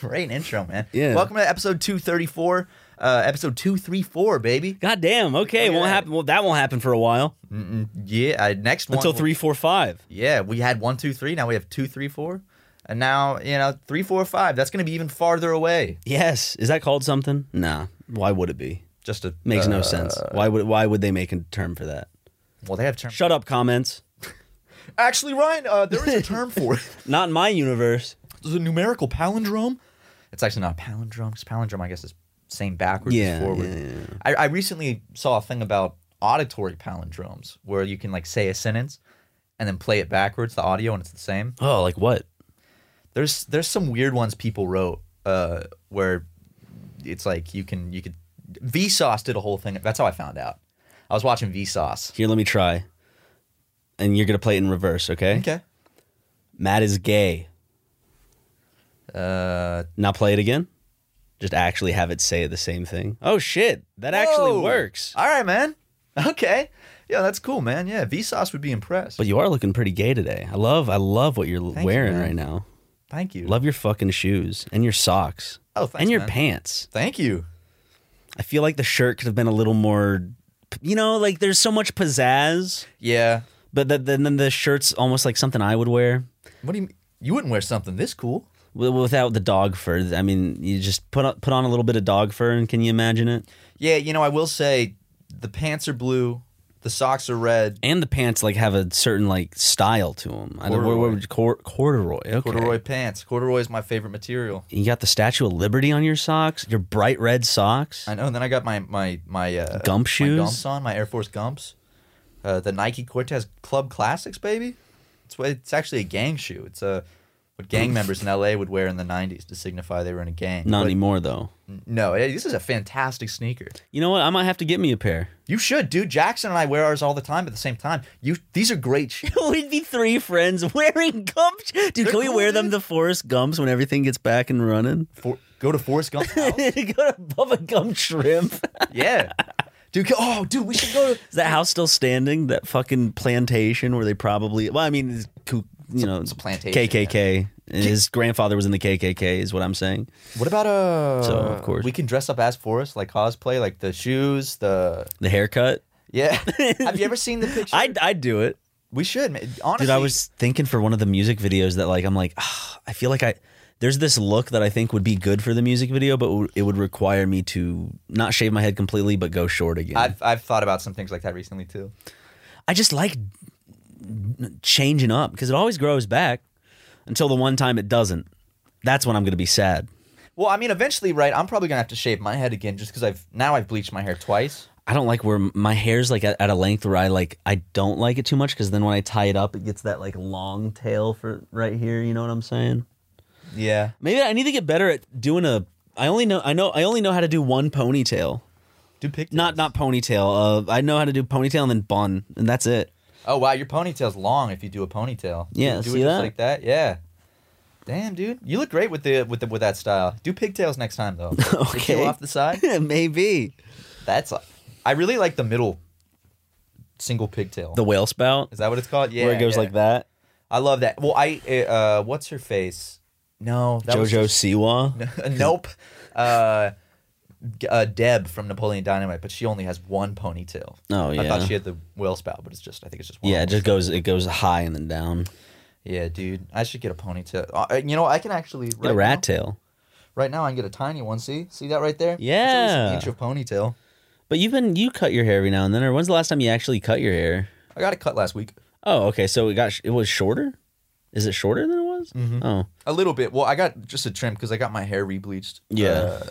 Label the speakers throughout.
Speaker 1: Great intro, man.
Speaker 2: Yeah.
Speaker 1: Welcome to episode 234. Uh, episode 234, baby.
Speaker 2: God damn. Okay, won't happen. Well, that won't happen for a while
Speaker 1: Yeah, uh, next one.
Speaker 2: until
Speaker 1: will-
Speaker 2: three, four, five.
Speaker 1: Yeah, we had one, two, three. Now we have two, three, four. And now, you know, three, four, five. That's going to be even farther away.
Speaker 2: Yes. Is that called something? Nah. Why would it be?
Speaker 1: Just to.
Speaker 2: Makes
Speaker 1: uh,
Speaker 2: no sense. Why would Why would they make a term for that?
Speaker 1: Well, they have terms.
Speaker 2: Shut up, comments.
Speaker 1: Actually, Ryan, uh, there is a term for it.
Speaker 2: Not in my universe.
Speaker 1: There's a numerical palindrome. It's actually not a palindrome because palindrome, I guess, is same backwards
Speaker 2: Yeah,
Speaker 1: as forward.
Speaker 2: yeah,
Speaker 1: I, I recently saw a thing about auditory palindromes where you can like say a sentence and then play it backwards, the audio, and it's the same.
Speaker 2: Oh, like what?
Speaker 1: There's there's some weird ones people wrote uh, where it's like you can you could Vsauce did a whole thing. That's how I found out. I was watching Vsauce.
Speaker 2: Here, let me try. And you're gonna play it in reverse, okay? Matt is gay.
Speaker 1: Uh,
Speaker 2: Now play it again. Just actually have it say the same thing. Oh shit, that actually
Speaker 1: whoa.
Speaker 2: works.
Speaker 1: All right, man. Okay. Yeah, that's cool, man. Yeah, Vsauce would be impressed.
Speaker 2: But you are looking pretty gay today. I love, I love what you're
Speaker 1: you,
Speaker 2: wearing
Speaker 1: man.
Speaker 2: right now.
Speaker 1: thank you.
Speaker 2: Love your fucking shoes and your socks.
Speaker 1: Oh, thanks,
Speaker 2: and your
Speaker 1: man.
Speaker 2: pants.
Speaker 1: Thank you.
Speaker 2: I feel like the shirt could have been a little more, you know, like there's so much pizzazz,
Speaker 1: Yeah.
Speaker 2: but the, then then the shirt's almost like something I would wear
Speaker 1: What do you? You wouldn't wear something this cool.
Speaker 2: wi- without the dog fur. I mean, you just put on, put on a little bit of dog fur, and can you imagine it?
Speaker 1: Yeah, you know, I will say, the pants are blue, the socks are red,
Speaker 2: And the pants like have a certain like style to them.
Speaker 1: Corduroy.
Speaker 2: cor- corduroy. Okay.
Speaker 1: corduroy pants. Corduroy is my favorite material.
Speaker 2: You got the Statue of Liberty on your socks. Your bright red socks.
Speaker 1: I know. And then I got my my my uh,
Speaker 2: Gump shoes?
Speaker 1: my gumps on my Air Force gumps, uh, the Nike Cortez Club Classics, baby. It's what it's actually a gang shoe. It's a what gang members in LA would wear in the '90s to signify they were in a gang.
Speaker 2: Not e-
Speaker 1: But
Speaker 2: anymore though.
Speaker 1: No, eh, this is a fantastic sneaker.
Speaker 2: You know what? I might have to get me a pair.
Speaker 1: You should, dude. Jackson and I wear ours all the time. At the same time, you these are great shoes.
Speaker 2: We'd be three friends wearing gumps. Dude, can we
Speaker 1: cool,
Speaker 2: wear them
Speaker 1: dude.
Speaker 2: the Forrest Gumps when everything gets back and running?
Speaker 1: For, go to Forrest Gump's
Speaker 2: Go
Speaker 1: house.
Speaker 2: to Bubba Gump Shrimp.
Speaker 1: Yeah. Dude, go- oh, dude, we should go to.
Speaker 2: Is that house still standing? That fucking plantation where they probably. Well, I mean, it's, coo- you know,
Speaker 1: it's a plantation,
Speaker 2: KKK. His grandfather was in the KKK, is what I'm saying.
Speaker 1: What about uh?
Speaker 2: So, of course.
Speaker 1: we can dress up as Forrest, like cosplay, like the shoes, the
Speaker 2: The haircut.
Speaker 1: yeah. Have you ever seen the picture?
Speaker 2: I'd, I'd do it.
Speaker 1: we should, man. honestly.
Speaker 2: Dude, I was thinking for one of the music videos that, like, I'm like, "Ah, I feel like I. There's this look that I think would be good for the music video, but w- it would require me to not shave my head completely, but go short again.
Speaker 1: I've I've thought about some things like that recently too.
Speaker 2: I just like changing up because it always grows back until the one time it doesn't. That's when I'm going to be sad.
Speaker 1: Well, I mean, eventually, right? I'm probably gonna have to shave my head again just because I've now I've bleached my hair twice.
Speaker 2: I don't like where my hair's like at, at a length where I like I don't like it too much because then when I tie it up, it gets that like long tail for right here. You know what I'm saying?
Speaker 1: Yeah.
Speaker 2: Maybe I need to get better at doing a. I only know I know I only know how to do one ponytail.
Speaker 1: Do pigtails.
Speaker 2: Not not ponytail. Uh, I know how to do ponytail and then bun, and that's it.
Speaker 1: Oh wow, your ponytail's long. If you do a ponytail,
Speaker 2: Yeah,
Speaker 1: do, do
Speaker 2: see
Speaker 1: it
Speaker 2: that?
Speaker 1: just like that. Yeah. Damn, dude, you look great with the with the, with that style. Do pigtails next time though. They peel
Speaker 2: Okay.
Speaker 1: off the side.
Speaker 2: Maybe
Speaker 1: That's. I really like the middle single pigtail.
Speaker 2: the whale spout
Speaker 1: Is that what it's called? Yeah.
Speaker 2: where it goes
Speaker 1: yeah.
Speaker 2: like that.
Speaker 1: I love that. Well, I uh, what's her face? No, that was-
Speaker 2: Jojo Siwa.
Speaker 1: nope. Uh, g- uh, Deb from Napoleon Dynamite, but she only has one ponytail.
Speaker 2: Oh,
Speaker 1: I
Speaker 2: yeah.
Speaker 1: thought she had the whale spout, but it's just I think it's just one.
Speaker 2: Yeah, it just goes it goes high and then down.
Speaker 1: Yeah, dude, I should get a ponytail. Uh, you know, I can actually
Speaker 2: Get
Speaker 1: right
Speaker 2: a rat
Speaker 1: now,
Speaker 2: tail.
Speaker 1: right now I can get a tiny one. See, see that right there? It's at least
Speaker 2: Yeah.
Speaker 1: an inch of ponytail.
Speaker 2: But you've been you cut your hair every now and then. Or when's the last time you actually cut your hair?
Speaker 1: I got it cut last week.
Speaker 2: Oh, okay. So it got sh- it was shorter. Is it shorter than it was?
Speaker 1: Mm-hmm.
Speaker 2: Oh,
Speaker 1: A little bit. Well, I got just a trim because I got my hair re-bleached.
Speaker 2: Yeah.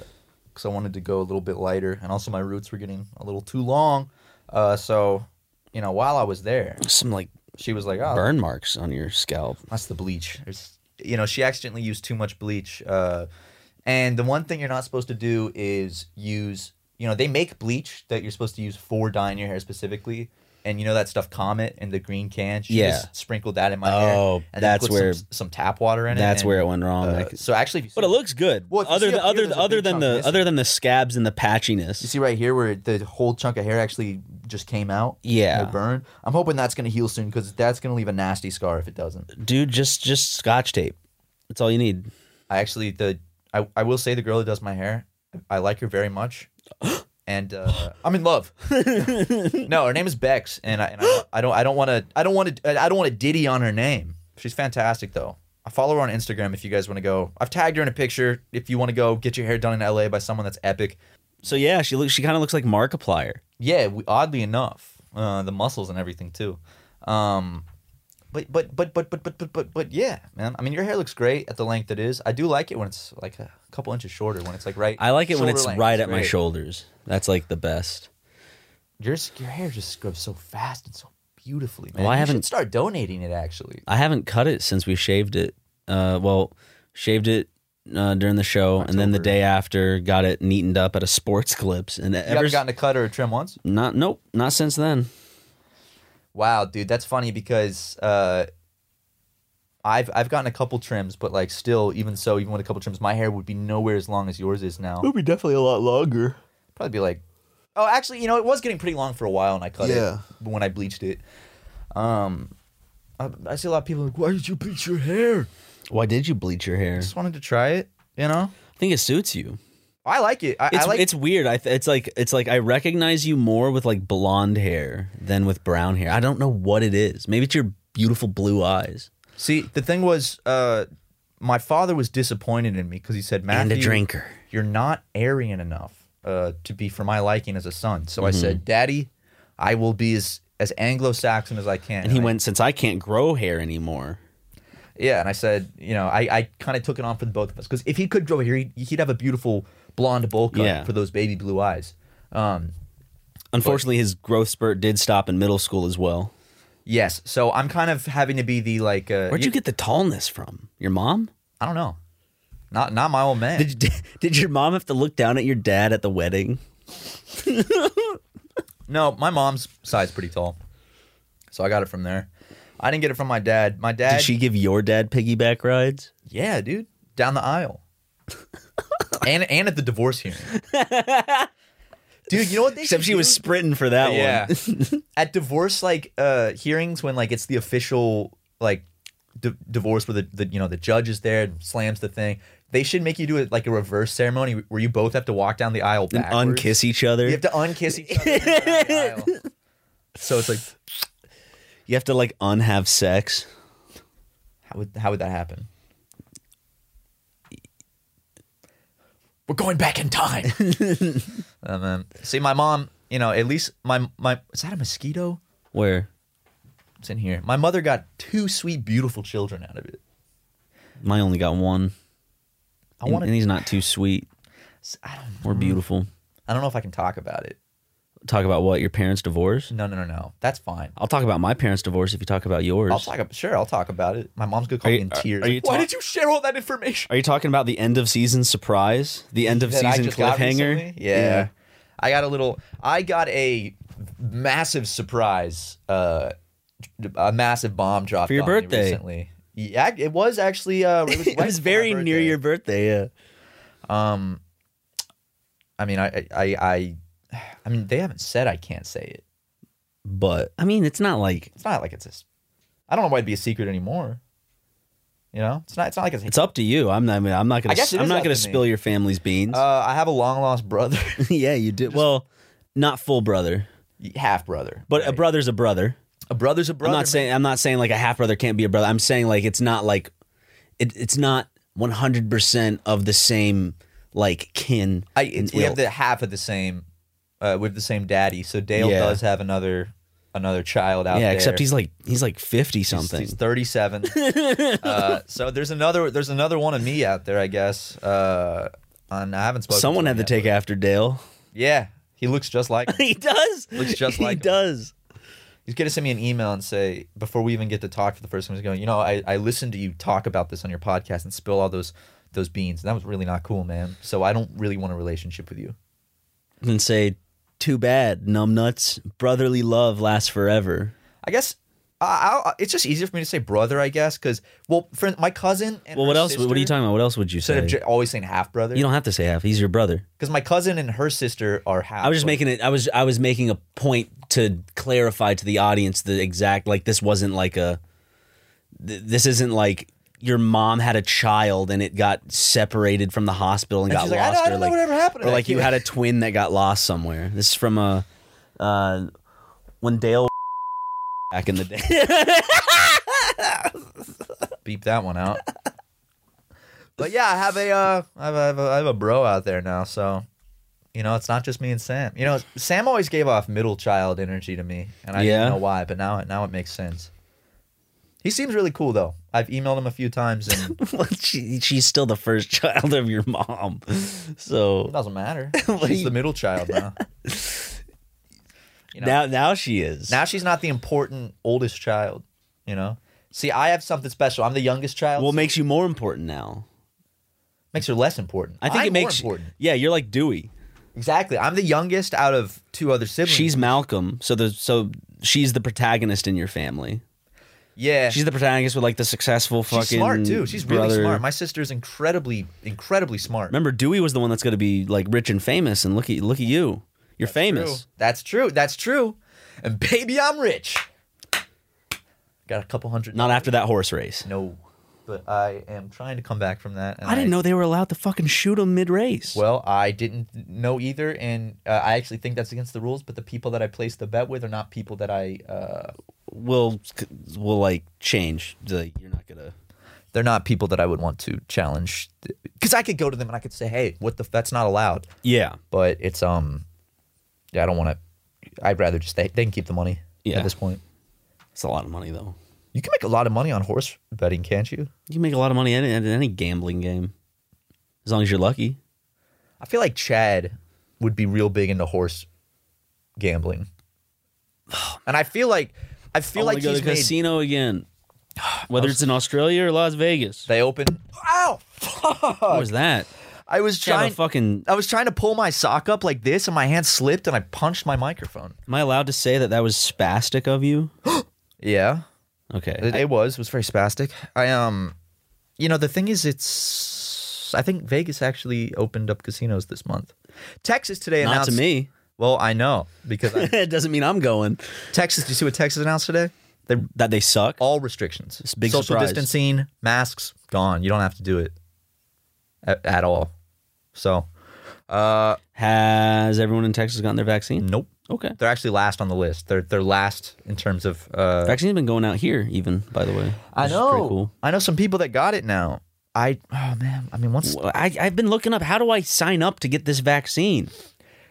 Speaker 1: Because I wanted to go a little bit lighter, and also my roots were getting a little too long. Uh, so, you know, while I was there,
Speaker 2: some like
Speaker 1: she was like, "Oh,
Speaker 2: burn marks on your scalp.
Speaker 1: that's the bleach." There's, you know, she accidentally used too much bleach. Uh, and the one thing you're not supposed to do is use. You know, they make bleach that you're supposed to use for dyeing your hair specifically. And you know that stuff Comet in the green can? She
Speaker 2: Yeah.
Speaker 1: just sprinkled that in my hair.
Speaker 2: Oh,
Speaker 1: and then
Speaker 2: that's
Speaker 1: put
Speaker 2: where-
Speaker 1: some, some tap water in it.
Speaker 2: That's
Speaker 1: and,
Speaker 2: where it went wrong.
Speaker 1: uh,
Speaker 2: I c-
Speaker 1: so actually, if you
Speaker 2: but it
Speaker 1: see-
Speaker 2: looks good.
Speaker 1: Well, if you
Speaker 2: other
Speaker 1: see
Speaker 2: than
Speaker 1: up here,
Speaker 2: other
Speaker 1: there's a
Speaker 2: other
Speaker 1: big
Speaker 2: than
Speaker 1: chunk
Speaker 2: the
Speaker 1: missing.
Speaker 2: other than the scabs and the patchiness.
Speaker 1: You see right here where the whole chunk of hair actually just came out.
Speaker 2: Yeah.
Speaker 1: the burn. I'm hoping that's gonna heal soon because that's gonna leave a nasty scar if it doesn't.
Speaker 2: dude just just scotch tape that's all you need
Speaker 1: I actually the I, I will say the girl who does my hair, I like her very much, and uh, I'm in love. no, her name is Bex, and I, and I, I don't I don't want to I don't want to I don't want to diddy on her name. She's fantastic though. I follow her on Instagram if you guys want to go. I've tagged her in a picture. If you want to go get your hair done in LA by someone that's epic,
Speaker 2: so yeah she looks she kind of looks like markiplier
Speaker 1: Yeah, we, oddly enough, uh, the muscles and everything too. Um, but but but but but but but but but yeah, man. I mean, your hair looks great at the length it is. I do like it when it's like a couple inches shorter. When it's like right.
Speaker 2: i like it when
Speaker 1: shoulder
Speaker 2: it's
Speaker 1: length,
Speaker 2: right at my
Speaker 1: great.
Speaker 2: shoulders that's like the best
Speaker 1: Yours, your hair just scrubs so fast and so beautifully, man.
Speaker 2: Well, I
Speaker 1: You should
Speaker 2: haven't-
Speaker 1: start donating it actually.
Speaker 2: i haven't cut it since we shaved it uh well shaved it uh, during the show and then the
Speaker 1: October.
Speaker 2: day after got it neatened up at a sports clips and
Speaker 1: You
Speaker 2: ever
Speaker 1: haven't
Speaker 2: s-
Speaker 1: gotten a cut or a trim once.
Speaker 2: not nope not since then
Speaker 1: Wow, dude, that's funny because uh, I've I've gotten a couple trims, but like still, even so, even with a couple trims, my hair would be nowhere as long as yours is now. It would be definitely a lot longer. Probably be like, oh, actually, you know, it was getting pretty long for a while, and I cut
Speaker 3: Yeah.
Speaker 1: it when I bleached it. Um, I, I see a lot of people like, why did you bleach your hair?
Speaker 2: why did you bleach your hair
Speaker 1: Just wanted to try it, you know.
Speaker 2: i think it suits you
Speaker 1: I like it. I,
Speaker 2: it's,
Speaker 1: I like
Speaker 2: it's weird I th- it's like it's like i recognize you more with like blonde hair than with brown hair i don't know what it is maybe it's your beautiful blue eyes
Speaker 1: See, the thing was, uh, my father was disappointed in me because he said,
Speaker 2: And
Speaker 1: "Matthew,
Speaker 2: a drinker.
Speaker 1: you're not Aryan enough uh, to be for my liking as a son." So
Speaker 2: Mm-hmm.
Speaker 1: I said, "Daddy, I will be as as Anglo-Saxon as I can."
Speaker 2: And he
Speaker 1: I-
Speaker 2: went, since I can't grow hair anymore.
Speaker 1: "Yeah," and I said, "You know, I, I kind of took it on for the both of us because if he could grow hair, he'd, he'd have a beautiful blonde bowl cut
Speaker 2: Yeah.
Speaker 1: for those baby blue eyes." Um,
Speaker 2: Unfortunately, his growth spurt did stop in middle school as well.
Speaker 1: yes, so I'm kind of having to be the like. Uh,
Speaker 2: Where'd you get the tallness from? Your mom?
Speaker 1: I don't know. Not not my old man.
Speaker 2: Did, you, did, your mom have to look down at your dad at the wedding?
Speaker 1: No, my mom's size pretty tall, so I got it from there. I didn't get it from my dad. My dad,
Speaker 2: Did she give your dad piggyback rides?
Speaker 1: yeah, dude, down the aisle, and and at the divorce hearing, dude. You know what they
Speaker 2: Except
Speaker 1: should
Speaker 2: she was
Speaker 1: do?
Speaker 2: sprinting for that
Speaker 1: yeah
Speaker 2: one.
Speaker 1: at divorce like uh hearings when like it's the official like d- divorce where the, the you know the judge is there and slams the thing. They should make you do it like a reverse ceremony where you both have to walk down the aisle
Speaker 2: And
Speaker 1: backwards.
Speaker 2: unkiss each other.
Speaker 1: You have to unkiss each other. and go down the aisle. So it's like,
Speaker 2: you have to like unhave sex.
Speaker 1: How would how would that happen? We're going back in time. um, um, see, my mom, you know, at least my my is that a mosquito?
Speaker 2: Where?
Speaker 1: It's in here. My mother got two sweet, beautiful children out of it.
Speaker 2: My only got one.
Speaker 1: I
Speaker 2: And-
Speaker 1: want
Speaker 2: and
Speaker 1: to.
Speaker 2: he's not too sweet
Speaker 1: I don't.
Speaker 2: or beautiful.
Speaker 1: I don't know if I can talk about it.
Speaker 2: Talk about what? Your parents' divorce?
Speaker 1: No, no, no, no. That's fine.
Speaker 2: I'll talk about my parents' divorce if you talk about yours.
Speaker 1: I'll talk. About, sure, I'll talk about it. My mom's gonna
Speaker 2: Are
Speaker 1: call me
Speaker 2: you- uh,
Speaker 1: in
Speaker 2: are-
Speaker 1: tears.
Speaker 2: are you
Speaker 1: Why
Speaker 2: ta-
Speaker 1: did you share all that information?
Speaker 2: Are you talking about the end of season surprise? The end of
Speaker 1: that I
Speaker 2: season
Speaker 1: just got
Speaker 2: cliffhanger?
Speaker 1: recently? Yeah. I got a little. I got a massive surprise. Uh, a massive bomb dropped
Speaker 2: For your
Speaker 1: on me
Speaker 2: birthday.
Speaker 1: recently. Yeah, it was actually. Uh, it was,
Speaker 2: it
Speaker 1: right
Speaker 2: was
Speaker 1: before my
Speaker 2: very near
Speaker 1: birthday.
Speaker 2: your birthday. Yeah.
Speaker 1: Um, I mean, I, I, I, I mean, they haven't said I can't say it.
Speaker 2: But I mean, it's not like
Speaker 1: It's not like it's this. I don't know why it'd be a secret anymore. You know, it's not. It's not like it's.
Speaker 2: it's up to you. I'm not. I mean, I'm not gonna.
Speaker 1: I guess it
Speaker 2: I'm
Speaker 1: is
Speaker 2: not
Speaker 1: up
Speaker 2: gonna
Speaker 1: to me.
Speaker 2: spill your family's beans.
Speaker 1: uh, I have a long lost brother,
Speaker 2: yeah, you did. Well, not full brother,
Speaker 1: half brother,
Speaker 2: but a
Speaker 1: right?
Speaker 2: brother's a brother.
Speaker 1: a brother's a brother.
Speaker 2: I'm
Speaker 1: man.
Speaker 2: not saying I'm not saying like a half brother can't be a brother. I'm saying like it's not like it, it's not 100 percent of the same like kin.
Speaker 1: I,
Speaker 2: and
Speaker 1: it's, we have
Speaker 2: ilk.
Speaker 1: the half of the same. Uh, we have the same daddy, so Dale
Speaker 2: Yeah.
Speaker 1: does have another another child out
Speaker 2: yeah,
Speaker 1: there.
Speaker 2: except he's like he's like 50 something.
Speaker 1: He's, he's 37. uh, so there's another there's another one of me out there, I guess. Uh, on I haven't spoken.
Speaker 2: Someone
Speaker 1: to
Speaker 2: had
Speaker 1: him
Speaker 2: to
Speaker 1: yet,
Speaker 2: take after Dale.
Speaker 1: but- Yeah, he looks just like. him.
Speaker 2: he does.
Speaker 1: Looks just
Speaker 2: he
Speaker 1: like him.
Speaker 2: does.
Speaker 1: He's gonna send me an email and say before we even get to talk for the first time. He's going, you know, I, I listened to you talk about this on your podcast and spill all those those beans. And that was really not cool, man. So I don't really want a relationship with you.
Speaker 2: And say, too bad, numbnuts. Brotherly love lasts forever.
Speaker 1: I guess I, I, it's just easier for me to say brother, I guess, because well, friend, my cousin. And
Speaker 2: Well, what
Speaker 1: her
Speaker 2: else? What are you
Speaker 1: sister-
Speaker 2: talking about? What else would you
Speaker 1: Instead
Speaker 2: say?
Speaker 1: of j- always saying half brother,
Speaker 2: you don't have to say half. He's your brother.
Speaker 1: because my cousin and her sister are half.
Speaker 2: I was just making it. I was I was making a point to clarify to the audience the exact like this wasn't like a th- this isn't like your mom had a child and it got separated from the hospital and
Speaker 1: And
Speaker 2: got
Speaker 1: she's like, I
Speaker 2: lost
Speaker 1: don't- I
Speaker 2: or
Speaker 1: don't know
Speaker 2: like
Speaker 1: whatever happened to
Speaker 2: or
Speaker 1: that
Speaker 2: like you
Speaker 1: kid.
Speaker 2: had a twin that got lost somewhere. This is from a uh, when Dale back in the day.
Speaker 1: beep that one out. but yeah, I have a uh, I have, I have a, I have a bro out there now, so you know it's not just me and Sam. You know, Sam always gave off middle child energy to me, and I
Speaker 2: Yeah.
Speaker 1: didn't know why, but now it now it makes sense. He seems really cool though. I've emailed him a few times, and it
Speaker 2: Well, she, she's still the first child of your mom, so
Speaker 1: doesn't matter.
Speaker 2: What do
Speaker 1: She's
Speaker 2: you-
Speaker 1: the middle child now. You know.
Speaker 2: now now she is.
Speaker 1: Now she's not the important oldest child. You know. See, I have something special. I'm the youngest child.
Speaker 2: well,
Speaker 1: Well,
Speaker 2: makes you more important now.
Speaker 1: makes her less important.
Speaker 2: I think
Speaker 1: I'm
Speaker 2: it makes
Speaker 1: more important.
Speaker 2: Yeah, you're like Dewey.
Speaker 1: Exactly. I'm the youngest out of two other siblings.
Speaker 2: She's Malcolm, so the so she's the protagonist in your family.
Speaker 1: yeah.
Speaker 2: She's the protagonist with like the successful fucking.
Speaker 1: She's smart too. She's really
Speaker 2: brother.
Speaker 1: smart. My sister's incredibly, incredibly smart.
Speaker 2: Remember, Dewey was the one that's going to be like rich and famous, and look at look at you. You're
Speaker 1: True.
Speaker 2: famous.
Speaker 1: That's true. That's true. And baby, I'm rich. Got a couple hundred.
Speaker 2: Not after that horse race.
Speaker 1: No, but I am trying to come back from that. and
Speaker 2: I didn't know they were allowed to fucking shoot him mid race.
Speaker 1: Well, I didn't know either, and uh, I actually think that's against the rules. But the people that I placed the bet with are not people that I. Uh,
Speaker 2: we'll we'll like change. The, you're not gonna.
Speaker 1: they're not people that I would want to challenge, because I could go to them and I could say, "Hey, what the? f- That's not allowed."
Speaker 2: Yeah.
Speaker 1: but it's um yeah i don't want to i'd rather just they, they can keep the money
Speaker 2: Yeah.
Speaker 1: at this point
Speaker 2: It's a lot of money though.
Speaker 1: you can make a lot of money on horse betting can't you
Speaker 2: You can make a lot of money in any, in any gambling game, as long as you're lucky.
Speaker 1: i feel like chad would be real big into horse gambling and i feel like i feel
Speaker 2: wanna
Speaker 1: like
Speaker 2: go to
Speaker 1: he's
Speaker 2: Oh, the
Speaker 1: made,
Speaker 2: casino again, whether it's in Australia or Las Vegas.
Speaker 1: they open ow
Speaker 2: What
Speaker 1: fuck
Speaker 2: was that?
Speaker 1: i was
Speaker 2: Should I have
Speaker 1: trying
Speaker 2: a fucking.
Speaker 1: i was trying to pull my sock up like this and my hand slipped and i punched my microphone
Speaker 2: Am I allowed to say that that was spastic of you?
Speaker 1: yeah
Speaker 2: Okay.
Speaker 1: It, it was. It was very spastic. I um, you know, the thing is, it's. I think Vegas actually opened up casinos this month. Texas today
Speaker 2: Not
Speaker 1: announced.
Speaker 2: to me.
Speaker 1: Well, I know because I,
Speaker 2: it doesn't mean I'm going.
Speaker 1: Texas. Do you see what Texas announced today? They
Speaker 2: That they suck.
Speaker 1: all restrictions.
Speaker 2: It's a big
Speaker 1: Social
Speaker 2: surprise.
Speaker 1: distancing, masks gone. You don't have to do it at, at all. So, uh,
Speaker 2: Has everyone in Texas gotten their vaccine?
Speaker 1: nope.
Speaker 2: Okay.
Speaker 1: They're actually last on the list. They're they're last in terms of uh,
Speaker 2: Vaccine's been going out here, even by the way.
Speaker 1: I
Speaker 2: which is pretty
Speaker 1: know.
Speaker 2: cool.
Speaker 1: I know some people that got it now. I oh man. I mean, once
Speaker 2: Well, I, I've been looking up how do I sign up to get this vaccine?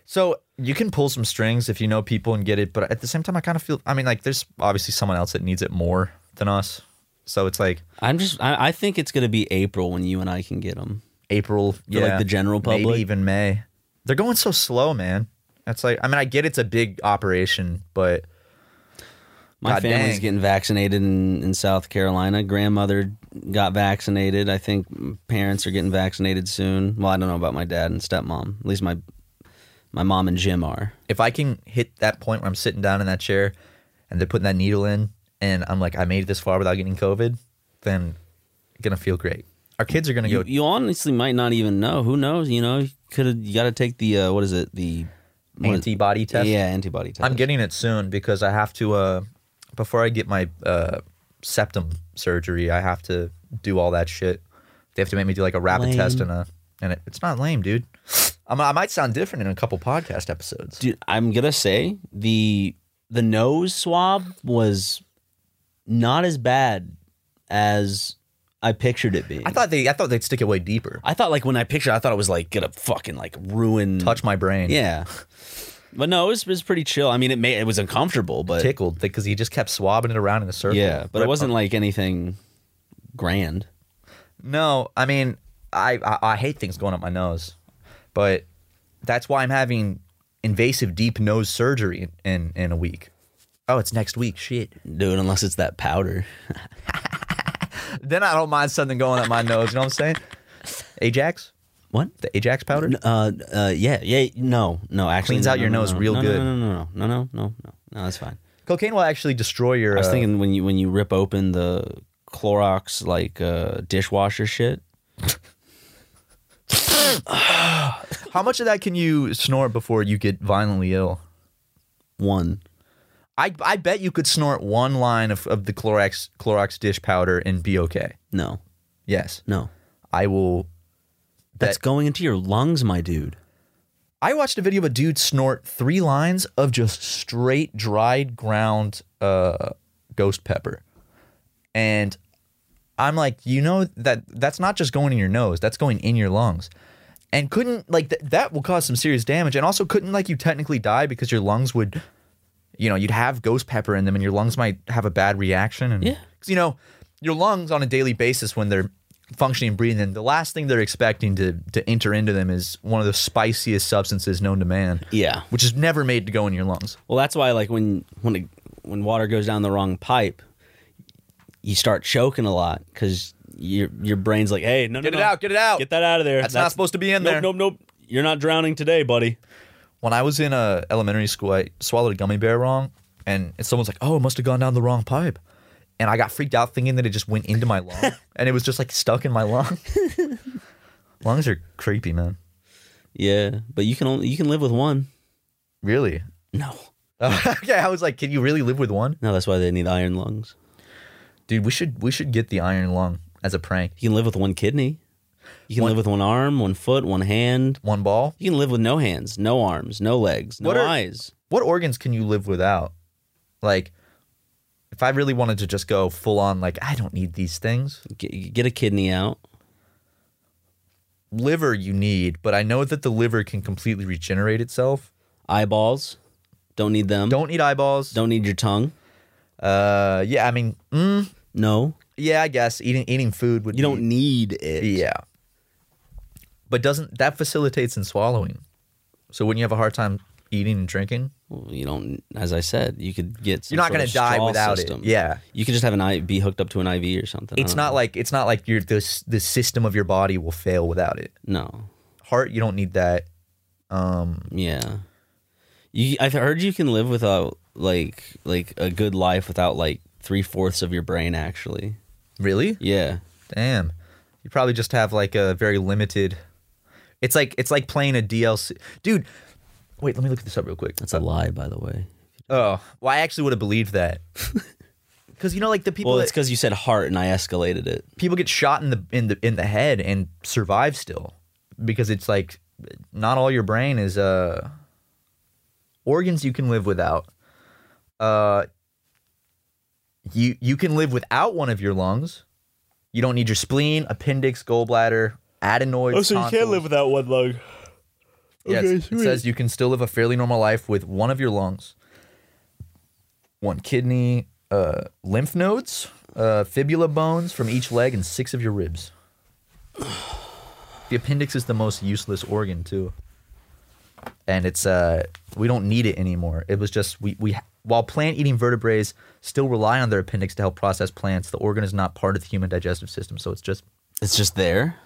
Speaker 1: So you can pull some strings if you know people and get it, but at the same time, I kind of feel. I mean, like there's obviously someone else that needs it more than us. So it's like
Speaker 2: I'm just. I, I think it's gonna be April when you and I can get them.
Speaker 1: April,
Speaker 2: like, the general public?
Speaker 1: maybe even May. They're going so slow, man. It's like I mean, I get it's a big operation, but
Speaker 2: My
Speaker 1: God
Speaker 2: family's
Speaker 1: dang.
Speaker 2: getting vaccinated in, in South Carolina. Grandmother got vaccinated. I think parents are getting vaccinated soon. Well, I don't know about my dad and stepmom. At least my My mom and Jim are.
Speaker 1: if I can hit that point where I'm sitting down in that chair and they're putting that needle in and I'm like, I made it this far without getting COVID, then I'm gonna feel great. Our kids are gonna
Speaker 2: You,
Speaker 1: go
Speaker 2: you honestly might not even know. Who knows? You know, could have you got to take the uh, what is it? The what is-
Speaker 1: antibody test.
Speaker 2: Yeah, antibody test.
Speaker 1: I'm getting it soon because I have to uh before I get my uh septum surgery, I have to do all that shit. They have to make me do like a rapid
Speaker 2: Lame.
Speaker 1: test and a and it, it's not lame, dude. I'm, I might sound different in a couple podcast episodes.
Speaker 2: Dude, I'm gonna say the the nose swab was not as bad as I pictured it being.
Speaker 1: I thought they I thought they'd stick it way deeper.
Speaker 2: I thought like when I pictured, I thought it was like gonna fucking like ruin.
Speaker 1: Touch my brain.
Speaker 2: Mm. Yeah, but no, it was, it was pretty chill. I mean, it made it was uncomfortable, but
Speaker 1: tickled because he just kept swabbing it around in a circle.
Speaker 2: yeah, but it
Speaker 1: Right-
Speaker 2: wasn't like anything grand.
Speaker 1: No, I mean, I, I I hate things going up my nose, but that's why I'm having invasive deep nose surgery in in, in a week. Oh, it's next week. Shit.
Speaker 2: Dude, unless it's that powder.
Speaker 1: Then I don't mind something going up my nose. You know what I'm saying? Ajax,
Speaker 2: What?
Speaker 1: the Ajax powder.
Speaker 2: N- Uh, uh, yeah, yeah, no, no, actually.
Speaker 1: Cleans
Speaker 2: no,
Speaker 1: out
Speaker 2: no,
Speaker 1: your
Speaker 2: no,
Speaker 1: nose
Speaker 2: no,
Speaker 1: real
Speaker 2: no,
Speaker 1: good.
Speaker 2: No, no, no, no, no, no, no, no, no, that's fine.
Speaker 1: Cocaine will actually destroy your.
Speaker 2: I was
Speaker 1: uh,
Speaker 2: thinking when you when you rip open the Clorox like uh, dishwasher shit.
Speaker 1: uh, how much of that can you snort before you get violently ill?
Speaker 2: One,
Speaker 1: I I bet you could snort one line of, of the Clorox Clorox dish powder and be okay.
Speaker 2: no,
Speaker 1: Yes,
Speaker 2: no,
Speaker 1: I will
Speaker 2: that's going into your lungs, my dude.
Speaker 1: I watched a video of a dude snort three lines of just straight dried ground uh, ghost pepper, and I'm like, you know that that's not just going in your nose, that's going in your lungs, and couldn't like th- that will cause some serious damage, and also couldn't like you technically die because your lungs would, you know, you'd have ghost pepper in them, and your lungs might have a bad reaction, and
Speaker 2: Yeah.
Speaker 1: 'cause, you know, your lungs on a daily basis when they're functioning and breathing, the last thing they're expecting to to enter into them is one of the spiciest substances known to man.
Speaker 2: Yeah.
Speaker 1: which is never made to go in your lungs.
Speaker 2: Well, that's why like when when it, when water goes down the wrong pipe, you start choking a lot because your your brain's like, hey, no, no,
Speaker 1: Get it
Speaker 2: no.
Speaker 1: out, get it out.
Speaker 2: get that out of there.
Speaker 1: That's not supposed to be in
Speaker 2: nope,
Speaker 1: there.
Speaker 2: Nope, nope, You're not drowning today, buddy.
Speaker 1: When I was in uh, elementary school, I swallowed a gummy bear wrong, and someone's like, "Oh, it must have gone down the wrong pipe," and I got freaked out thinking that it just went into my lung, and it was just like stuck in my lung. lungs are creepy, man.
Speaker 2: Yeah, but you can only you can live with one.
Speaker 1: Really.
Speaker 2: No,
Speaker 1: okay, I was like, "Can you really live with one,
Speaker 2: no, that's why they need iron lungs.
Speaker 1: dude?" We should we should get the iron lung as a prank.
Speaker 2: You can live with one kidney. You can
Speaker 1: One-
Speaker 2: live with one arm, one foot, one hand.
Speaker 1: One ball.
Speaker 2: You can live with no hands, no arms, no legs, no
Speaker 1: What are-
Speaker 2: eyes.
Speaker 1: what organs can you live without? Like, if I really wanted to just go full on, like, I don't need these things.
Speaker 2: Get, get a kidney out.
Speaker 1: Liver, you need, but I know that the liver can completely regenerate itself.
Speaker 2: Eyeballs. Don't need them.
Speaker 1: Don't need eyeballs.
Speaker 2: Mm-hmm. Don't need your tongue.
Speaker 1: Uh, yeah, I mean, mm,
Speaker 2: No.
Speaker 1: yeah, I guess eating eating food would.
Speaker 2: You don't
Speaker 1: be-
Speaker 2: need it.
Speaker 1: Mm. Yeah. But doesn't that facilitates in swallowing? So wouldn't you have a hard time eating and drinking?
Speaker 2: Well, you don't. As I said, you could get. Some
Speaker 1: You're not
Speaker 2: going
Speaker 1: gonna
Speaker 2: to
Speaker 1: die without it. Yeah.
Speaker 2: You could just have an IV be hooked up to an IV or something. I
Speaker 1: It's
Speaker 2: don't
Speaker 1: not
Speaker 2: know.
Speaker 1: like it's not like your the the system of your body will fail without it.
Speaker 2: No.
Speaker 1: Heart, you don't need that. Um,
Speaker 2: Yeah. You. I've heard you can live without like like a good life without like three fourths of your brain actually.
Speaker 1: really?
Speaker 2: Yeah.
Speaker 1: Damn. You probably just have like a very limited It's like it's like playing a DLC. Dude, wait, let me look this up real quick.
Speaker 2: That's a lie, by the way.
Speaker 1: Oh, well I actually would have believed that. Cuz you know like the people
Speaker 2: Well,
Speaker 1: that-
Speaker 2: it's because you said heart and I escalated it.
Speaker 1: people get shot in the in the in the head and survive still because it's like not all your brain is uh organs you can live without. Uh you you can live without one of your lungs. You don't need your spleen, appendix, gallbladder, adenoids.
Speaker 2: Oh,
Speaker 1: tonsils.
Speaker 2: without one lung.
Speaker 1: Yeah, it's- it says you can still live a fairly normal life with one of your lungs, one kidney, uh, lymph nodes, uh, fibula bones from each leg, and six of your ribs. The appendix is the most useless organ too, and it's uh, we don't need it anymore. It was just we we while plant-eating vertebrates still rely on their appendix to help process plants, the organ is not part of the human digestive system, so it's just
Speaker 2: It's just there.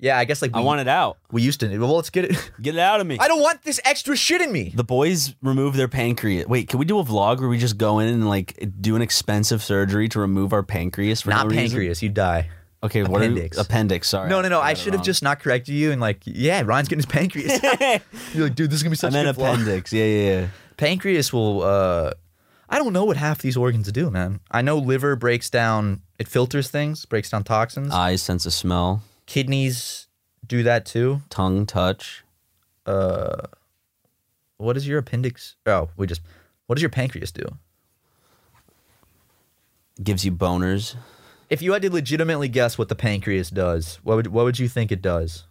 Speaker 1: Yeah, I guess like we,
Speaker 2: I want it out.
Speaker 1: we used to. Well, let's get it.
Speaker 2: Get it out of me.
Speaker 1: I don't want this extra shit in me.
Speaker 2: the boys remove their pancreas. Wait, can we do a vlog where we just go in and like do an expensive surgery to remove our pancreas for
Speaker 1: Not
Speaker 2: no reason?
Speaker 1: pancreas, you die.
Speaker 2: Okay, what
Speaker 1: Appendix.
Speaker 2: Are, appendix. Sorry.
Speaker 1: No, no, no.
Speaker 2: got
Speaker 1: I
Speaker 2: it
Speaker 1: should have
Speaker 2: wrong.
Speaker 1: just not corrected you and like, yeah, Ryan's getting his pancreas. You're like, dude, this is gonna
Speaker 2: I
Speaker 1: be such
Speaker 2: meant
Speaker 1: a good vlog.
Speaker 2: appendix. Yeah, yeah, yeah.
Speaker 1: Pancreas will. uh I don't know what half these organs do, man. I know liver breaks down. It filters things, breaks down toxins.
Speaker 2: Eyes sense a smell,
Speaker 1: Kidneys do that too.
Speaker 2: tongue touch.
Speaker 1: What does your appendix? Oh, we just. What does your pancreas do?
Speaker 2: Gives you boners.
Speaker 1: If you had to legitimately guess what the pancreas does, what would what would you think it does?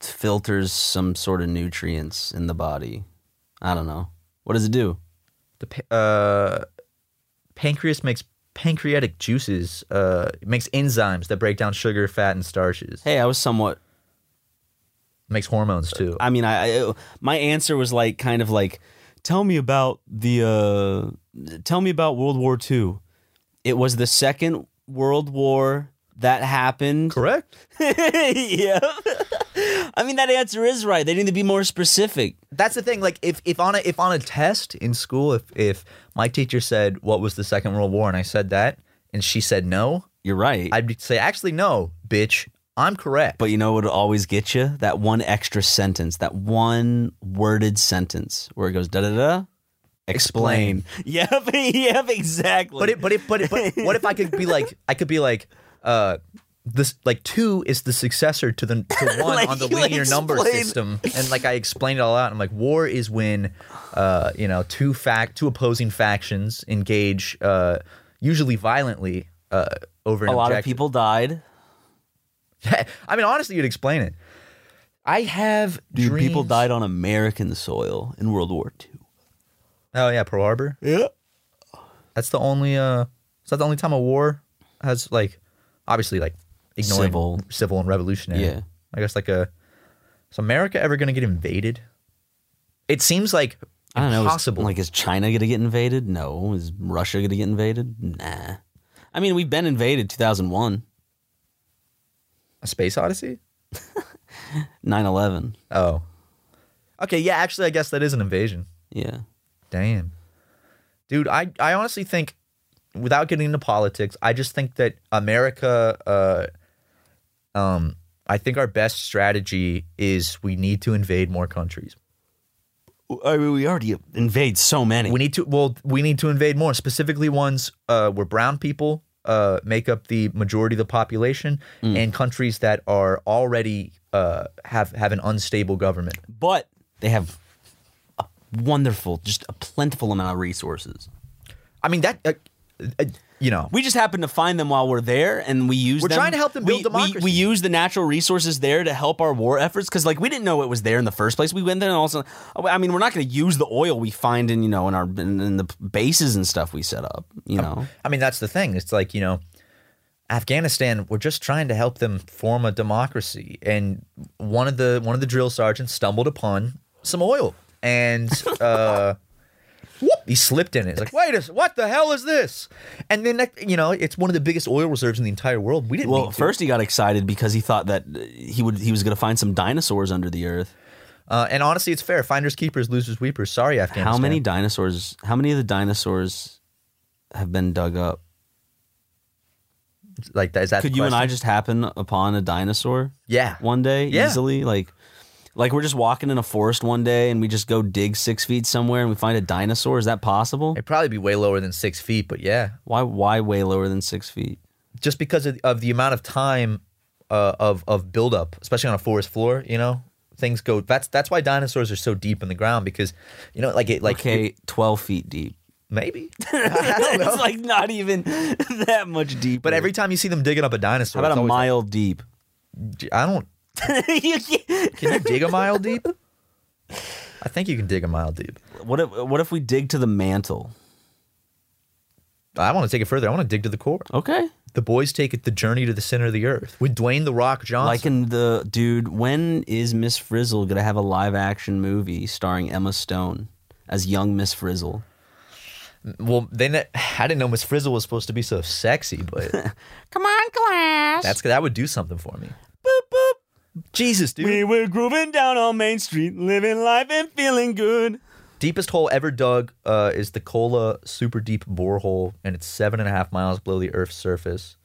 Speaker 2: filters some sort of nutrients in the body. I don't know. What does it do?
Speaker 1: The pa- uh, pancreas makes pancreatic juices. Uh, it makes enzymes that break down sugar, fat, and starches.
Speaker 2: Hey, I was somewhat.
Speaker 1: makes hormones too.
Speaker 2: I mean, I, I my answer was like kind of like, tell me about the, uh, tell me about World War II. It was the second World War that happened.
Speaker 1: Correct.
Speaker 2: yeah. I mean, that answer is right. They need to be more specific.
Speaker 1: That's the thing. Like if, if on a if on a test in school, if if my teacher said what was the Second World War and I said that and she said no,
Speaker 2: You're right.
Speaker 1: I'd be- say actually no, bitch, I'm correct.
Speaker 2: But you know what would always get you? That one extra sentence, that one worded sentence where it goes da da da. Explain. Yep, yep, exactly.
Speaker 1: But it, but it, but it, but what if I could be like, I could be like, uh, this like two is the successor to the to one
Speaker 2: Like,
Speaker 1: on the
Speaker 2: you
Speaker 1: linear number
Speaker 2: explained-
Speaker 1: system, and like I explained it all out. I'm like, war is when, uh, you know, two fact two opposing factions engage, uh, usually violently, uh, over an
Speaker 2: a lot of
Speaker 1: objective.
Speaker 2: people died.
Speaker 1: I mean, honestly, you'd explain it. I have
Speaker 2: Dude,
Speaker 1: dreams.
Speaker 2: people died on American soil in World War II.
Speaker 1: Oh yeah, Pearl Harbor.
Speaker 2: Yeah.
Speaker 1: That's the only. Uh, is that the only time a war has like, obviously like ignoring
Speaker 2: Civil.
Speaker 1: civil and revolutionary.
Speaker 2: Yeah.
Speaker 1: I guess like a. Is America ever gonna get invaded? It seems like
Speaker 2: I don't know. is-
Speaker 1: impossible.
Speaker 2: like, is China going to get invaded? No. Is Russia going to get invaded? Nah. I mean, we've been invaded 2001,
Speaker 1: a space odyssey.
Speaker 2: 9 11.
Speaker 1: Oh. Okay. Yeah. Actually, I guess that is an invasion.
Speaker 2: Yeah.
Speaker 1: Damn. Dude, I, I honestly think, without getting into politics, I just think that America, uh, um, I think our best strategy is we need to invade more countries.
Speaker 2: I mean, we already invade so many.
Speaker 1: We need to, well, we need to invade more, specifically ones uh, where brown people uh, make up the majority of the population and countries that are already uh, have, have an unstable government.
Speaker 2: but they have a wonderful, just a plentiful amount of resources.
Speaker 1: I mean, that, uh, uh, you know,
Speaker 2: We just happen to find them while we're there, and we use.
Speaker 1: We're
Speaker 2: them-
Speaker 1: trying to help them build
Speaker 2: we,
Speaker 1: democracy.
Speaker 2: We, we use the natural resources there to help our war efforts because, like, we didn't know it was there in the first place. We went there, and also, I mean, we're not going to use the oil we find in you know in our in, in the bases and stuff we set up. You know,
Speaker 1: I mean, that's the thing. It's like, you know, Afghanistan, we're just trying to help them form a democracy. And one of the one of the drill sergeants stumbled upon some oil and uh whoop, he slipped in it. It's like, wait a s- what the hell is this? And then like, you know, it's one of the biggest oil reserves in the entire world. We didn't
Speaker 2: well,
Speaker 1: need to.
Speaker 2: first he got excited because he thought that uh, he would he was going to find some dinosaurs under the earth.
Speaker 1: Uh, and honestly, it's fair. Finders keepers, losers weepers. Sorry, Afghanistan.
Speaker 2: How many dinosaurs? How many of the dinosaurs have been dug up?
Speaker 1: like that is that the
Speaker 2: Could you and I
Speaker 1: question?
Speaker 2: just happen upon a dinosaur?
Speaker 1: Yeah.
Speaker 2: one day
Speaker 1: Yeah.
Speaker 2: easily like like we're just walking in a forest one day and we just go dig six feet somewhere and we find a dinosaur is that possible
Speaker 1: It'd probably be way lower than six feet, but yeah.
Speaker 2: why why way lower than six feet
Speaker 1: just because of, of the amount of time uh, of of buildup, especially on a forest floor, you know, things go. That's that's why dinosaurs are so deep in the ground because, you know, like it like
Speaker 2: okay
Speaker 1: it-
Speaker 2: 12 feet deep
Speaker 1: maybe.
Speaker 2: it's like not even that much deep
Speaker 1: But every time you see them digging up a dinosaur,
Speaker 2: how about
Speaker 1: it's
Speaker 2: a
Speaker 1: always like,
Speaker 2: mile deep
Speaker 1: "Gee, I don't.
Speaker 2: You can't-
Speaker 1: Can you dig a mile deep? I think you can dig a mile deep.
Speaker 2: what if what if we dig to the mantle
Speaker 1: I want to take it further. I want to dig to the core.
Speaker 2: okay
Speaker 1: The boys take it the journey to the center of the earth with Dwayne the Rock Johnson.
Speaker 2: like in the dude when is miss frizzle gonna have a live action movie starring emma stone as young miss frizzle
Speaker 1: Well, they ne- I didn't know Miss Frizzle was supposed to be so sexy, but
Speaker 3: Come on, class.
Speaker 1: that's that would do something for me. Boop boop. Jesus, dude.
Speaker 2: We were grooving down on Main Street, living life and feeling good.
Speaker 1: Deepest hole ever dug uh, is the Kola super deep borehole, and it's seven and a half miles below the Earth's surface.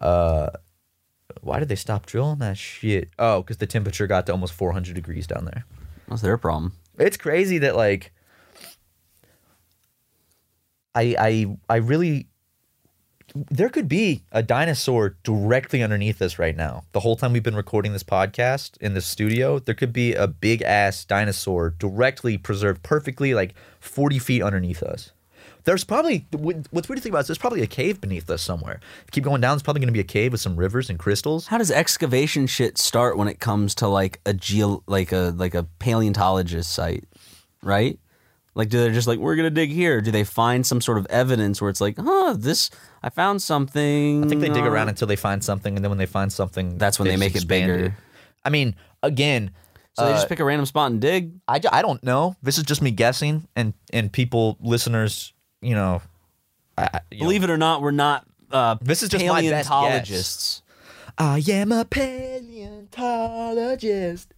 Speaker 1: Uh, why did they stop drilling that shit? Oh, because the temperature got to almost 400 degrees down there.
Speaker 2: What's their problem?
Speaker 1: It's crazy that like, I I I really, there could be a dinosaur directly underneath us right now. The whole time we've been recording this podcast in this studio, there could be a big ass dinosaur directly preserved perfectly, like 40 feet underneath us. There's probably what- what's weird to think about is there's probably a cave beneath us somewhere. Keep going down, it's probably going to be a cave with some rivers and crystals.
Speaker 2: How does excavation shit start when it comes to like a geo like a like a paleontologist site, right? Like do they just like we're gonna dig here? Do they find some sort of evidence where it's like, huh, this I found something? uh,
Speaker 1: I think they dig around until they find something, and then when they find something,
Speaker 2: That's when they
Speaker 1: just
Speaker 2: make it
Speaker 1: expand
Speaker 2: bigger.
Speaker 1: I mean, again,
Speaker 2: So
Speaker 1: uh,
Speaker 2: they just pick a random spot and dig.
Speaker 1: I, ju- I don't know. This is just me guessing, and and people, listeners, you know, I, I- you know,
Speaker 2: Believe it or not, we're not. Uh,
Speaker 1: This is just my best guess.
Speaker 2: paleontologists.
Speaker 1: I am a paleontologist.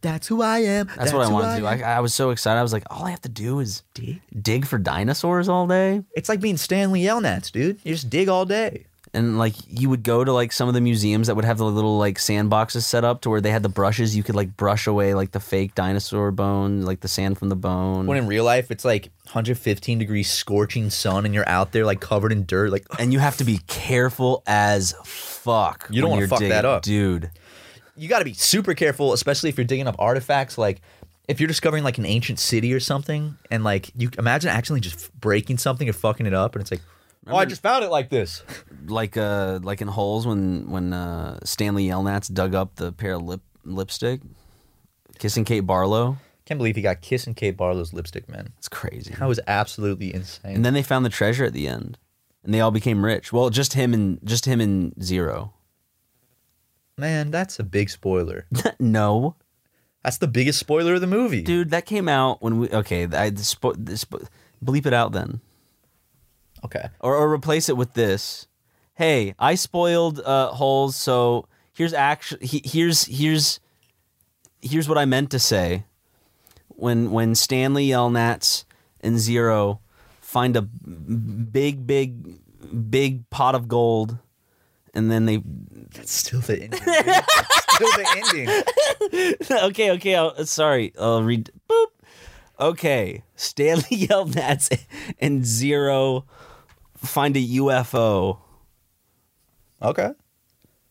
Speaker 1: That's who I am.
Speaker 2: That's, what I want to do. I, I was so excited. I was like, all I have to do is dig, dig for dinosaurs all day.
Speaker 1: it's like being Stanley Yelnats, dude. You just dig all day.
Speaker 2: And like, you would go to like some of the museums that would have the little like sandboxes set up to where they had the brushes. You could like brush away like the fake dinosaur bone, like the sand from the bone.
Speaker 1: When in real life, it's like 115 degrees scorching sun, and you're out there like covered in dirt. Like
Speaker 2: and you have to be careful as fuck.
Speaker 1: You don't
Speaker 2: when
Speaker 1: wanna
Speaker 2: you're
Speaker 1: fuck
Speaker 2: digging-
Speaker 1: that up.
Speaker 2: dude.
Speaker 1: you got to be super careful, especially if you're digging up artifacts. Like if you're discovering like an ancient city or something, and like you imagine accidentally just breaking something or fucking it up, and it's like, oh, I just found it like this.
Speaker 2: Like uh, like in holes when when uh, Stanley Yelnats dug up the pair of lip lipstick, kissing Kate Barlow.
Speaker 1: Can't believe he got kissing Kate Barlow's lipstick, man.
Speaker 2: It's crazy.
Speaker 1: That was absolutely insane.
Speaker 2: And then they found the treasure at the end, and they all became rich. Well, just him and just him and Zero.
Speaker 1: man, that's a big spoiler.
Speaker 2: no,
Speaker 1: That's the biggest spoiler of the movie.
Speaker 2: dude, that came out when we okay. I the spo, the spo, bleep it out then,
Speaker 1: Okay.
Speaker 2: or, or replace it with this. Hey, I spoiled uh, holes, so here's actually he, here's here's here's what I meant to say. When when Stanley Yelnats and Zero find a big big big pot of gold, and then they
Speaker 1: That's still the ending. dude. That's still the ending.
Speaker 2: okay, okay. I'll, uh, sorry, I'll read. Boop. Okay, Stanley Yelnats and Zero find a UFO
Speaker 1: Okay.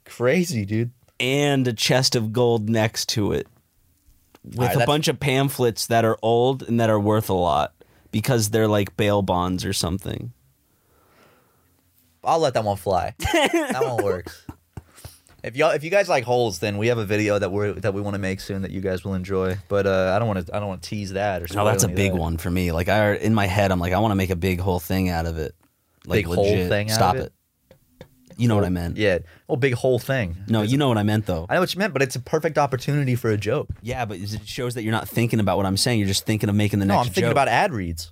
Speaker 1: Crazy, dude.
Speaker 2: and a chest of gold next to it, with
Speaker 1: right,
Speaker 2: a
Speaker 1: that's-
Speaker 2: bunch of pamphlets that are old and that are worth a lot because they're like bail bonds or something.
Speaker 1: I'll let that one fly. that one works. If y'all, if you guys like holes, then we have a video that we are that we want to make soon that you guys will enjoy. But uh, I don't want to, I don't want to tease that or.
Speaker 2: No, that's a
Speaker 1: spoil any
Speaker 2: big
Speaker 1: of that.
Speaker 2: one for me. Like I in my head, I'm like, I want to make a big whole thing out of it. Like
Speaker 1: Big whole
Speaker 2: legit.
Speaker 1: thing out of
Speaker 2: Stop
Speaker 1: it?
Speaker 2: You know what I meant.
Speaker 1: Yeah, well, big whole thing.
Speaker 2: No, you know what I meant though.
Speaker 1: I know what you meant, but it's a perfect opportunity for a joke.
Speaker 2: Yeah, but it shows that you're not thinking about what I'm saying. You're just thinking of making the
Speaker 1: No,
Speaker 2: next
Speaker 1: I'm thinking
Speaker 2: joke.
Speaker 1: about ad reads.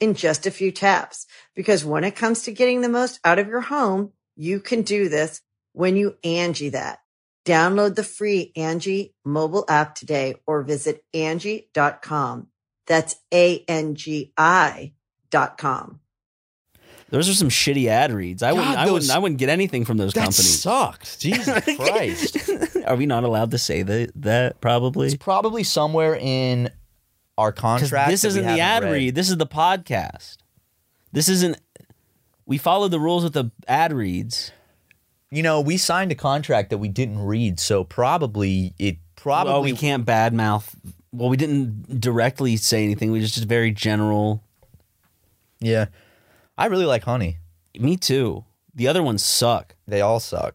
Speaker 4: in just a few taps. Because when it comes to getting the most out of your home, you can do this when you Angie that. Download the free Angie mobile app today or visit Angie.com. That's A-N-G-I dot com.
Speaker 2: Those are some shitty ad reads. I wouldn't.
Speaker 1: God,
Speaker 2: I
Speaker 1: those-
Speaker 2: wouldn't. I wouldn't get anything from those
Speaker 1: That
Speaker 2: companies.
Speaker 1: sucked. Jesus Christ.
Speaker 2: Are we not allowed to say that? That probably
Speaker 1: It's probably somewhere in our
Speaker 2: because
Speaker 1: contract.
Speaker 2: this
Speaker 1: that we
Speaker 2: isn't the
Speaker 1: haven't
Speaker 2: ad
Speaker 1: read.
Speaker 2: read. This is the podcast. This isn't. We follow the rules with the ad reads.
Speaker 1: You know, we signed a contract that we didn't read, so probably it probably
Speaker 2: oh, we can't badmouth. Well, we didn't directly say anything. We just just very general.
Speaker 1: Yeah. I really like honey.
Speaker 2: Me too. The other ones suck.
Speaker 1: They all suck.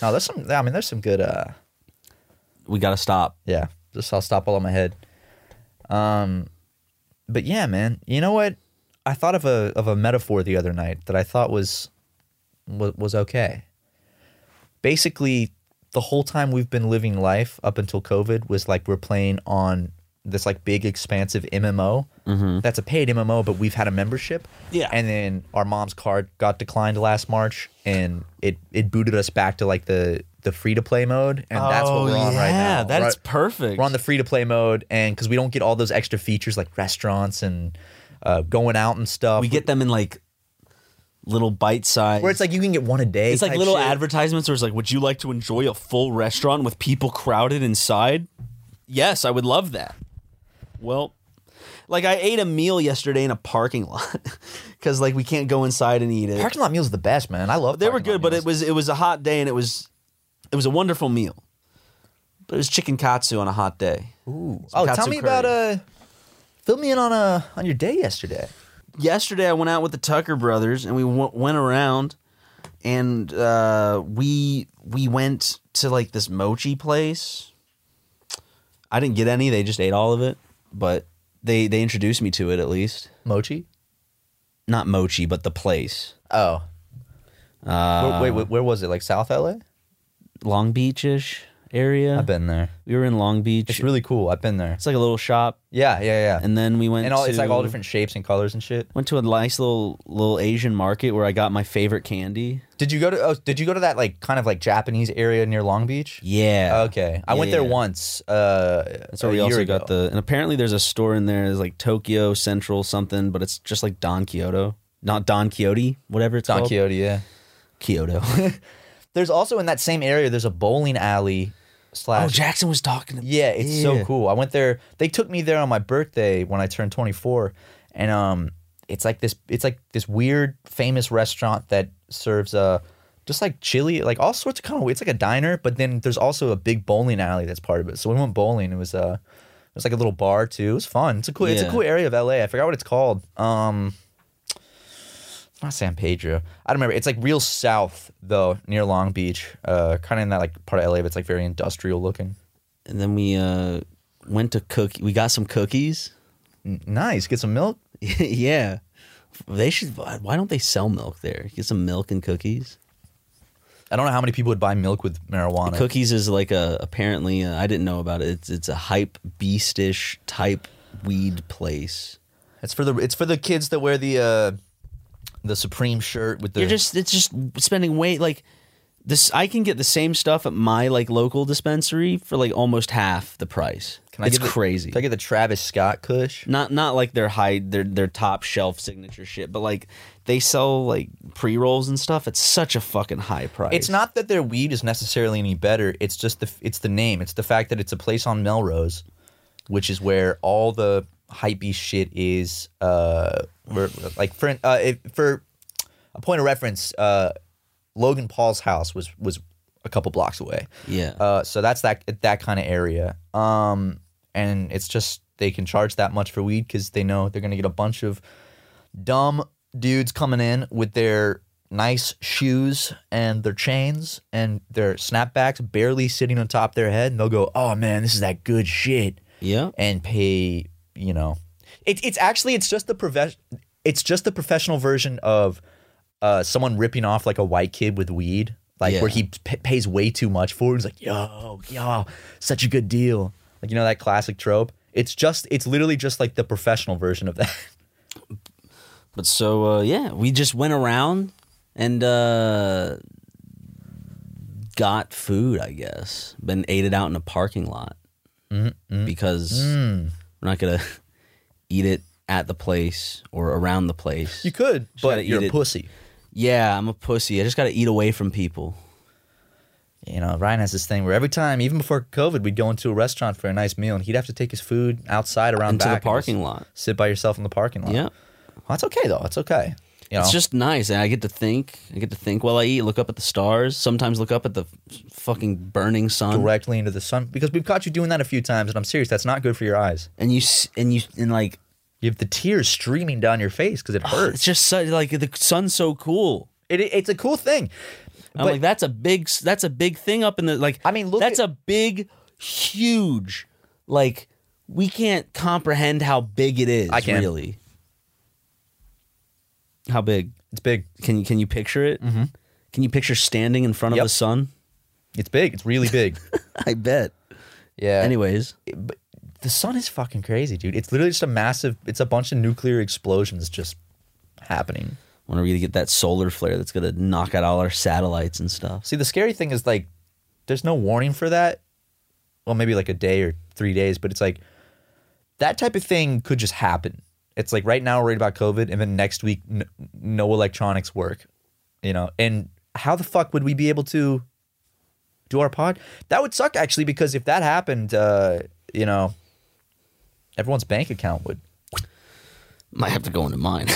Speaker 1: no, there's some I mean there's some good uh
Speaker 2: We got to stop.
Speaker 1: yeah. Just I'll stop all in my head. Um but yeah, man. You know what? I thought of a of a metaphor the other night that I thought was was, was okay. Basically, the whole time we've been living life up until COVID was like we're playing on this like big expansive MMO. That's a paid MMO, but we've had a membership.
Speaker 2: Mm-hmm. Yeah.
Speaker 1: And then our mom's card got declined last March, and it it booted us back to like the the free to play mode, and that's what we're on right now.
Speaker 2: Oh, Yeah, that's
Speaker 1: Right-
Speaker 2: perfect.
Speaker 1: we're on the free to play mode, and because we don't get all those extra features like restaurants and uh, going out and stuff,
Speaker 2: we get them in like little bite size.
Speaker 1: where it's like you can get one a day.
Speaker 2: It's like
Speaker 1: type
Speaker 2: little
Speaker 1: shit.
Speaker 2: advertisements where it's like, would you like to enjoy a full restaurant with people crowded inside? Yes, I would love that. Well, like I ate a meal yesterday in a parking lot because like we can't go inside and eat it.
Speaker 1: Parking lot meals are the best, man. I love.
Speaker 2: they were
Speaker 1: parking lot
Speaker 2: good, but
Speaker 1: meals.
Speaker 2: it was it was a hot day and it was it was a wonderful meal. But it was chicken katsu on a hot day.
Speaker 1: Ooh.
Speaker 2: some
Speaker 1: Oh, tell
Speaker 2: katsu
Speaker 1: me
Speaker 2: curry.
Speaker 1: about uh, fill me in on uh on your day yesterday.
Speaker 2: yesterday I went out with the Tucker brothers and we w- went around and uh, we we went to like this mochi place. I didn't get any; they just ate all of it. But they they introduced me to it at least.
Speaker 1: Mochi.
Speaker 2: Not mochi, but the place,
Speaker 1: Oh. wait,
Speaker 2: Uh,
Speaker 1: wait, where was it? Like South LA?
Speaker 2: Long Beach ish area.
Speaker 1: I've been there.
Speaker 2: We were in Long Beach.
Speaker 1: It's really cool. I've been there.
Speaker 2: It's like a little shop,
Speaker 1: Yeah, yeah, yeah. And,
Speaker 2: and then we went.
Speaker 1: all it's like all
Speaker 2: to-
Speaker 1: different shapes and colors and shit.
Speaker 2: Went to a nice little little Asian market where I got my favorite candy.
Speaker 1: Did you go to? Oh, did you go to that like kind of like Japanese area near Long Beach?
Speaker 2: Yeah.
Speaker 1: Okay, I
Speaker 2: Yeah,
Speaker 1: went there
Speaker 2: yeah.
Speaker 1: once. Uh,
Speaker 2: So
Speaker 1: a
Speaker 2: we
Speaker 1: year
Speaker 2: also
Speaker 1: ago.
Speaker 2: got the and apparently there's a store in there that's like Tokyo Central something, but it's just like Don Kyoto, not Don Quixote, whatever it's
Speaker 1: Don
Speaker 2: called.
Speaker 1: Quixote. Yeah.
Speaker 2: Kyoto.
Speaker 1: There's also in that same area. There's a bowling alley
Speaker 2: oh,
Speaker 1: slash.
Speaker 2: Jackson was talking. To
Speaker 1: yeah, it's
Speaker 2: Yeah.
Speaker 1: so cool. I went there. They took me there on my birthday when I turned 24, and um, it's like this. It's like this weird famous restaurant that serves uh, just like chili, like all sorts of kind of. It's like a diner, but then there's also a big bowling alley that's part of it. So we went bowling. It was uh, it was like a little bar too. It was fun. It's a cool. It's a
Speaker 2: Yeah.
Speaker 1: cool area of LA. I forgot what it's called. Um. It's not San Pedro. I don't remember. It's like real south though, near Long Beach. Uh, kind of in that like part of LA, but it's like very industrial looking.
Speaker 2: and then we uh went to cook. We got some cookies.
Speaker 1: N- nice. Get some milk.
Speaker 2: yeah, they should. Why don't they sell milk there? Get some milk and cookies.
Speaker 1: I don't know how many people would buy milk with marijuana.
Speaker 2: Cookies is like a apparently uh, I didn't know about it. It's it's a hype beastish type weed place.
Speaker 1: It's for the it's for the kids that wear the uh, the Supreme shirt with the.
Speaker 2: You're just it's just spending way like this. I can get the same stuff at my like local dispensary for like almost half the price.
Speaker 1: Can I
Speaker 2: it's
Speaker 1: get the-
Speaker 2: crazy.
Speaker 1: Can I get the Travis Scott Kush?
Speaker 2: not not like their high their their top shelf signature shit, but like they sell like pre rolls and stuff at such a fucking high price.
Speaker 1: It's not that their weed is necessarily any better. It's just the it's the name. It's the fact that it's a place on Melrose, which is where all the hypey shit is. Uh, where, like for uh, if, for a point of reference, uh, Logan Paul's house was was a couple blocks away.
Speaker 2: Yeah.
Speaker 1: Uh, so that's that that kind of area. Um, and it's just they can charge that much for weed because they know they're gonna get a bunch of dumb dudes coming in with their nice shoes and their chains and their snapbacks barely sitting on top of their head, and they'll go, "Oh man, this is that good shit,"
Speaker 2: yeah.
Speaker 1: and pay. You know, it, it's actually it's just the profe- it's just the professional version of uh, someone ripping off like a white kid with weed. Like
Speaker 2: Yeah.
Speaker 1: where he p- pays way too much for it. He's like, yo, yo, such a good deal. Like, you know, that classic trope. It's just, it's literally just like the professional version of that.
Speaker 2: But so uh, yeah, we just went around and uh, got food, I guess, and ate it out
Speaker 1: Mm-hmm.
Speaker 2: in
Speaker 1: Mm.
Speaker 2: a parking lot because we're not gonna eat it at the place or around the place.
Speaker 1: You could,
Speaker 2: gotta
Speaker 1: but
Speaker 2: eat
Speaker 1: you're a
Speaker 2: it.
Speaker 1: pussy.
Speaker 2: yeah, I'm a pussy. I just got to eat away from people.
Speaker 1: You know, Ryan has this thing where every time, even before COVID, we'd go into a restaurant for a nice meal, and he'd have to take his food outside around
Speaker 2: Into the
Speaker 1: back and
Speaker 2: parking
Speaker 1: just
Speaker 2: lot.
Speaker 1: sit by yourself in the parking lot.
Speaker 2: Yeah.
Speaker 1: well, that's okay though. It's okay. You know,
Speaker 2: It's just nice, and I get to think. I get to think while I eat. Look up at the stars. Sometimes look up at the f- fucking burning sun.
Speaker 1: directly into the sun because we've caught you doing that a few times, and I'm serious. That's not good for your eyes.
Speaker 2: And you s- and you and like
Speaker 1: You have the tears streaming down your face because it
Speaker 2: it's
Speaker 1: hurts.
Speaker 2: just so, like the sun's so cool.
Speaker 1: It, it- it's a cool thing.
Speaker 2: I'm
Speaker 1: But-
Speaker 2: like that's a big s- that's a big thing up in the like.
Speaker 1: I mean, look
Speaker 2: that's
Speaker 1: at-
Speaker 2: a big, huge, like we can't comprehend how big it is.
Speaker 1: I can.
Speaker 2: really. How big
Speaker 1: It's big.
Speaker 2: can you can you picture it? Mm-hmm. Can you picture standing in front
Speaker 1: Yep.
Speaker 2: of the sun?
Speaker 1: It's big. It's really big.
Speaker 2: I bet.
Speaker 1: yeah.
Speaker 2: Anyways,
Speaker 1: the sun is fucking crazy, dude. It's literally just a massive. It's a bunch of nuclear explosions just happening.
Speaker 2: when are we gonna get that solar flare that's gonna knock out all our satellites and stuff?
Speaker 1: See, the scary thing is like, there's no warning for that. Well, maybe like a day or three days, but it's like that type of thing could just happen. It's like right now we're worried about COVID, and then next week n- no electronics work. You know, and how the fuck would we be able to do our pod? That would suck actually, because if that happened, uh, you know, everyone's bank account would.
Speaker 2: Might have to go into mine,